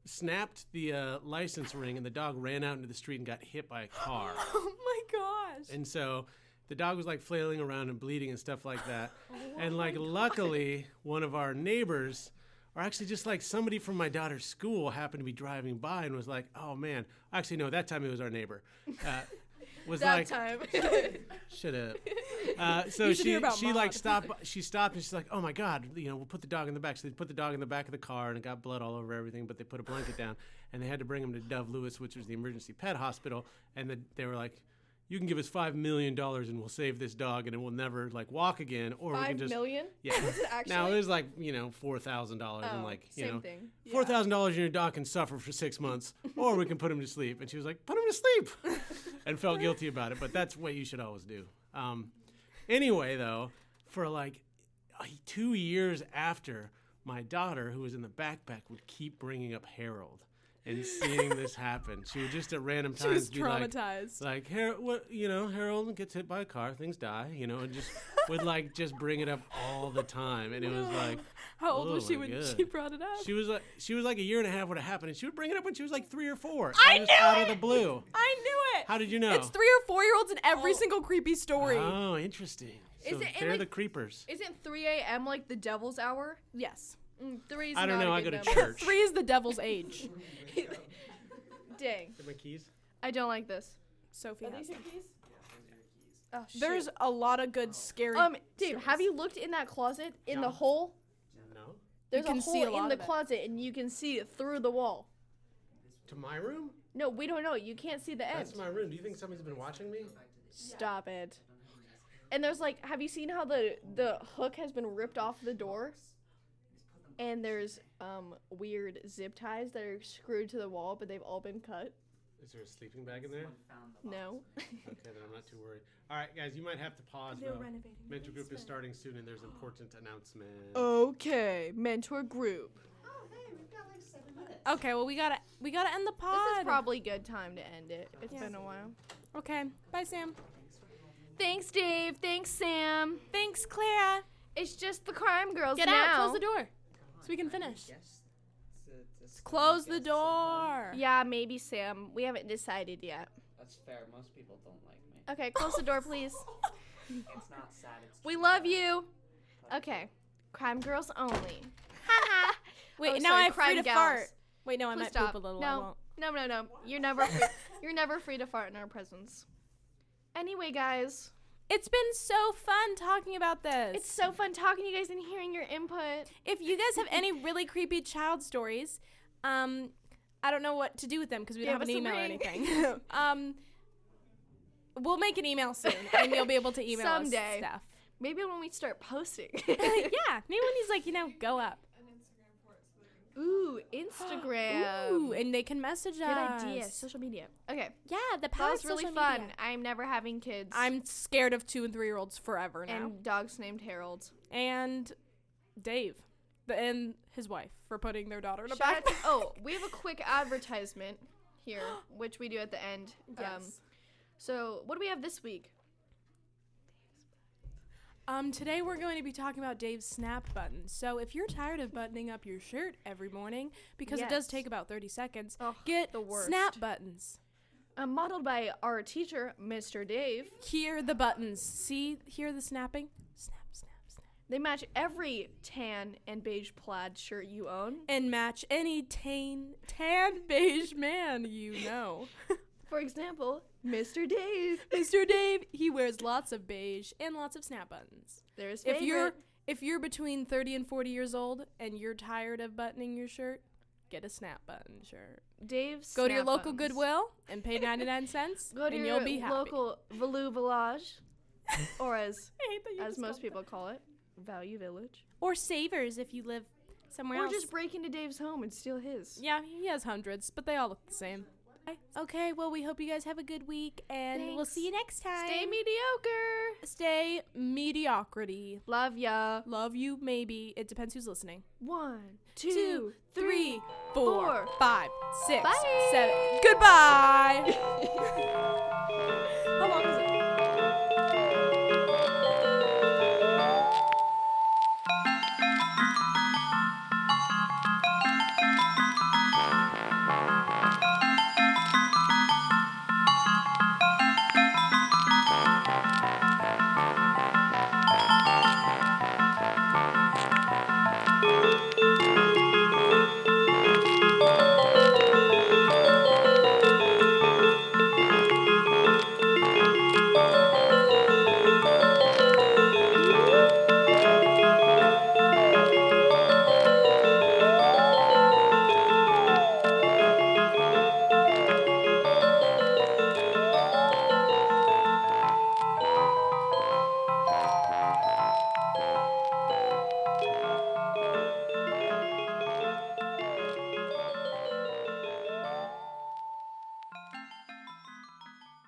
Speaker 5: snapped the uh, license ring, and the dog ran out into the street and got hit by a car.
Speaker 1: Oh my gosh.
Speaker 5: And so the dog was like flailing around and bleeding and stuff
Speaker 1: (laughs)
Speaker 5: like that.
Speaker 1: Oh
Speaker 5: and like luckily one of our neighbors or actually just like somebody from my daughter's school happened to be driving by and was like, "Oh man, actually no, that time it was our neighbor."
Speaker 1: (laughs)
Speaker 5: Uh, was
Speaker 2: That
Speaker 5: like
Speaker 2: time.
Speaker 5: (laughs) Shut up.
Speaker 1: (laughs)
Speaker 5: Uh, so
Speaker 1: You should hear
Speaker 5: she
Speaker 1: about
Speaker 5: she
Speaker 1: (laughs)
Speaker 5: like
Speaker 1: Maude.
Speaker 5: stopped she stopped and she's like, oh my god, you know, we'll put the dog in the back. So they put the dog in the back of the car and it got blood all over everything. But they put a blanket down and they had to bring him to Dove Lewis, which was the emergency pet hospital. And the, they were like, you can give us five million dollars and we'll save this dog and it will never like walk again, or we
Speaker 2: Five
Speaker 5: can just
Speaker 2: million?
Speaker 5: yeah.
Speaker 2: Is it actually?
Speaker 5: Now it was like you know four thousand dollars and
Speaker 2: Oh,
Speaker 5: like you
Speaker 2: same
Speaker 5: know
Speaker 2: thing.
Speaker 5: four thousand dollars and your dog can suffer for
Speaker 2: (laughs)
Speaker 5: six months, or we can put him to sleep. And she was like, "Put him to sleep," and felt guilty about it. But that's what you should always do. Um, anyway, though, for like uh, two years after, my daughter, who was in the backpack, would keep bringing up Harold and
Speaker 2: (laughs)
Speaker 5: seeing this happen. She would just at random
Speaker 1: (laughs) She
Speaker 5: times
Speaker 1: was
Speaker 5: be like,
Speaker 1: traumatized.
Speaker 5: like Harold, what you know, Harold gets hit by a car, things die, you know, and just
Speaker 2: (laughs)
Speaker 5: would like just bring it up all the time, and it was like
Speaker 1: How old was
Speaker 5: oh
Speaker 1: she
Speaker 5: my
Speaker 1: when
Speaker 5: God.
Speaker 1: she brought it up?
Speaker 5: she was like she was like a year and a half when it happened, and she would bring it up when she was like three or four. I just out of the blue.
Speaker 1: I knew it.
Speaker 5: How did you know?
Speaker 1: It's three or four year olds in
Speaker 2: Oh.
Speaker 1: every single creepy story.
Speaker 5: Oh, interesting.
Speaker 2: Is
Speaker 5: So
Speaker 2: it in,
Speaker 5: they're
Speaker 2: like-
Speaker 5: the creepers.
Speaker 2: Isn't 3 a.m. like the devil's hour?
Speaker 1: yes.
Speaker 2: Mm, three's
Speaker 5: I don't
Speaker 2: not a
Speaker 5: know. I go
Speaker 2: good
Speaker 5: to
Speaker 2: number.
Speaker 5: church.
Speaker 1: Three is the
Speaker 2: (laughs)
Speaker 1: devil's age.
Speaker 2: Dang.
Speaker 5: My keys.
Speaker 2: I don't like this.
Speaker 1: Sophie.
Speaker 4: Are
Speaker 1: has
Speaker 4: these
Speaker 1: it.
Speaker 4: your keys?
Speaker 2: Oh, shit.
Speaker 1: There's a lot of good scary.
Speaker 2: Um, dude,
Speaker 1: stories.
Speaker 2: have you looked in that closet? In the
Speaker 5: No.
Speaker 2: hole?
Speaker 5: No.
Speaker 2: There's
Speaker 1: can
Speaker 2: a
Speaker 1: see a
Speaker 2: hole in
Speaker 1: lot
Speaker 2: the
Speaker 1: of it.
Speaker 2: closet and you can see it through the wall.
Speaker 5: To my room.
Speaker 2: No, we don't know. You can't see the end.
Speaker 5: That's my room. Do you think somebody's been watching me?
Speaker 2: Stop it. And there's like, have you seen how the the hook has been ripped off the door? And there's um weird zip ties that are screwed to the wall, but they've all been cut.
Speaker 5: Is there a sleeping bag in there?
Speaker 2: No.
Speaker 5: Okay, then I'm not too worried. All right, guys, you might have to pause.
Speaker 4: They're
Speaker 5: though.
Speaker 4: renovating. the
Speaker 5: Mentor group is
Speaker 4: basement.
Speaker 5: starting soon, and there's important announcement.
Speaker 2: Oh, Okay, mentor group.
Speaker 3: Oh, hey, we've got like seven minutes.
Speaker 1: Okay, well we gotta we gotta end the pod.
Speaker 2: This is probably good time to end it. It's
Speaker 1: Yeah.
Speaker 2: been a while.
Speaker 1: okay. Bye, Sam.
Speaker 2: Thanks, Dave. Thanks, Sam.
Speaker 1: Thanks, Clara.
Speaker 2: It's just the crime girls
Speaker 1: Get
Speaker 2: now.
Speaker 1: out. Close the door. So we can finish.
Speaker 3: Yes.
Speaker 1: Close the door.
Speaker 2: Yeah, maybe Sam. We haven't decided yet.
Speaker 3: That's fair. Most people don't like me.
Speaker 2: Okay, close
Speaker 1: (laughs)
Speaker 2: the door, please.
Speaker 3: It's not sad. It's
Speaker 2: We love you. Okay, crime girls only. (laughs) Haha.
Speaker 1: Wait,
Speaker 2: Oh,
Speaker 1: now
Speaker 2: sorry,
Speaker 1: I'm free
Speaker 2: crime
Speaker 1: to
Speaker 2: gals.
Speaker 1: fart. Wait, no, I
Speaker 2: Please
Speaker 1: might
Speaker 2: stop.
Speaker 1: poop a little. I
Speaker 2: No,
Speaker 1: won't.
Speaker 2: no, no, (laughs) no. You're never, free, you're never free to fart in our presence. Anyway, guys,
Speaker 1: It's been so fun talking about this.
Speaker 2: It's so fun talking to you guys and hearing your input.
Speaker 1: if you guys have any really creepy child stories, um, I don't know what to do with them because we
Speaker 2: Give
Speaker 1: don't
Speaker 2: us
Speaker 1: have an
Speaker 2: a
Speaker 1: email or
Speaker 2: ring.
Speaker 1: anything. (laughs) um, we'll make an email soon, and you'll be
Speaker 2: (laughs)
Speaker 1: able to email
Speaker 2: Someday.
Speaker 1: us stuff.
Speaker 2: Maybe when we start posting. (laughs)
Speaker 1: yeah, maybe when he's like, you know, go up.
Speaker 4: An Instagram for it so that we
Speaker 2: Ooh, Instagram.
Speaker 1: Ooh, and they can message
Speaker 2: Good
Speaker 1: us.
Speaker 2: idea. Social media. Okay.
Speaker 1: Yeah, the
Speaker 2: That
Speaker 1: power
Speaker 2: was
Speaker 1: of
Speaker 2: really
Speaker 1: social
Speaker 2: fun.
Speaker 1: media.
Speaker 2: I'm never having kids.
Speaker 1: I'm scared of two and three year olds forever now.
Speaker 2: and dogs named Harold.
Speaker 1: and Dave, the, and his wife for putting their daughter in a
Speaker 2: Shout out to-
Speaker 1: (laughs) backpack.
Speaker 2: oh, we have a quick advertisement
Speaker 1: (gasps)
Speaker 2: here, which we do at the end. Um,
Speaker 1: Yes.
Speaker 2: so what do we have this week?
Speaker 1: Um, today we're going to be talking about Dave's snap button. So if you're tired of buttoning up your shirt every morning, because it
Speaker 2: Yes.
Speaker 1: does take about 30 seconds,
Speaker 2: Ugh,
Speaker 1: get
Speaker 2: the worst.
Speaker 1: snap buttons.
Speaker 2: Uh, modeled by our teacher, Mr. Dave.
Speaker 1: Hear the buttons. See, hear the snapping. Snap, snap, snap.
Speaker 2: They match every tan and beige plaid shirt you own.
Speaker 1: And match any tan, tan beige man
Speaker 2: (laughs)
Speaker 1: you know.
Speaker 2: For example, Mr. Dave.
Speaker 1: Mr. Dave, he wears lots of beige and lots of snap buttons.
Speaker 2: There's
Speaker 1: if you're if you're between 30 and 40 years old and you're tired of buttoning your shirt get a snap button shirt
Speaker 2: Dave's.
Speaker 1: go to your local
Speaker 2: snap-ons. (laughs)
Speaker 1: goodwill and pay 99 cents
Speaker 2: Go to your
Speaker 1: and you'll be happy
Speaker 2: local Value Village, or as
Speaker 1: I hate that (laughs) you
Speaker 2: as
Speaker 1: just
Speaker 2: most
Speaker 1: called-
Speaker 2: people call it, Value Village.
Speaker 1: or savers if you live somewhere
Speaker 2: Or
Speaker 1: else
Speaker 2: just break into Dave's home and steal his.
Speaker 1: yeah he has hundreds but they all look the same okay well we hope you guys have a good week and we'll
Speaker 2: Thanks.
Speaker 1: see you next time
Speaker 2: Stay mediocre.
Speaker 1: stay mediocrity
Speaker 2: Love ya.
Speaker 1: love you maybe it depends who's listening
Speaker 2: One,
Speaker 1: Two,
Speaker 2: two, three.
Speaker 1: three, four,
Speaker 2: four.
Speaker 1: five, six,
Speaker 2: Bye.
Speaker 1: seven. Goodbye.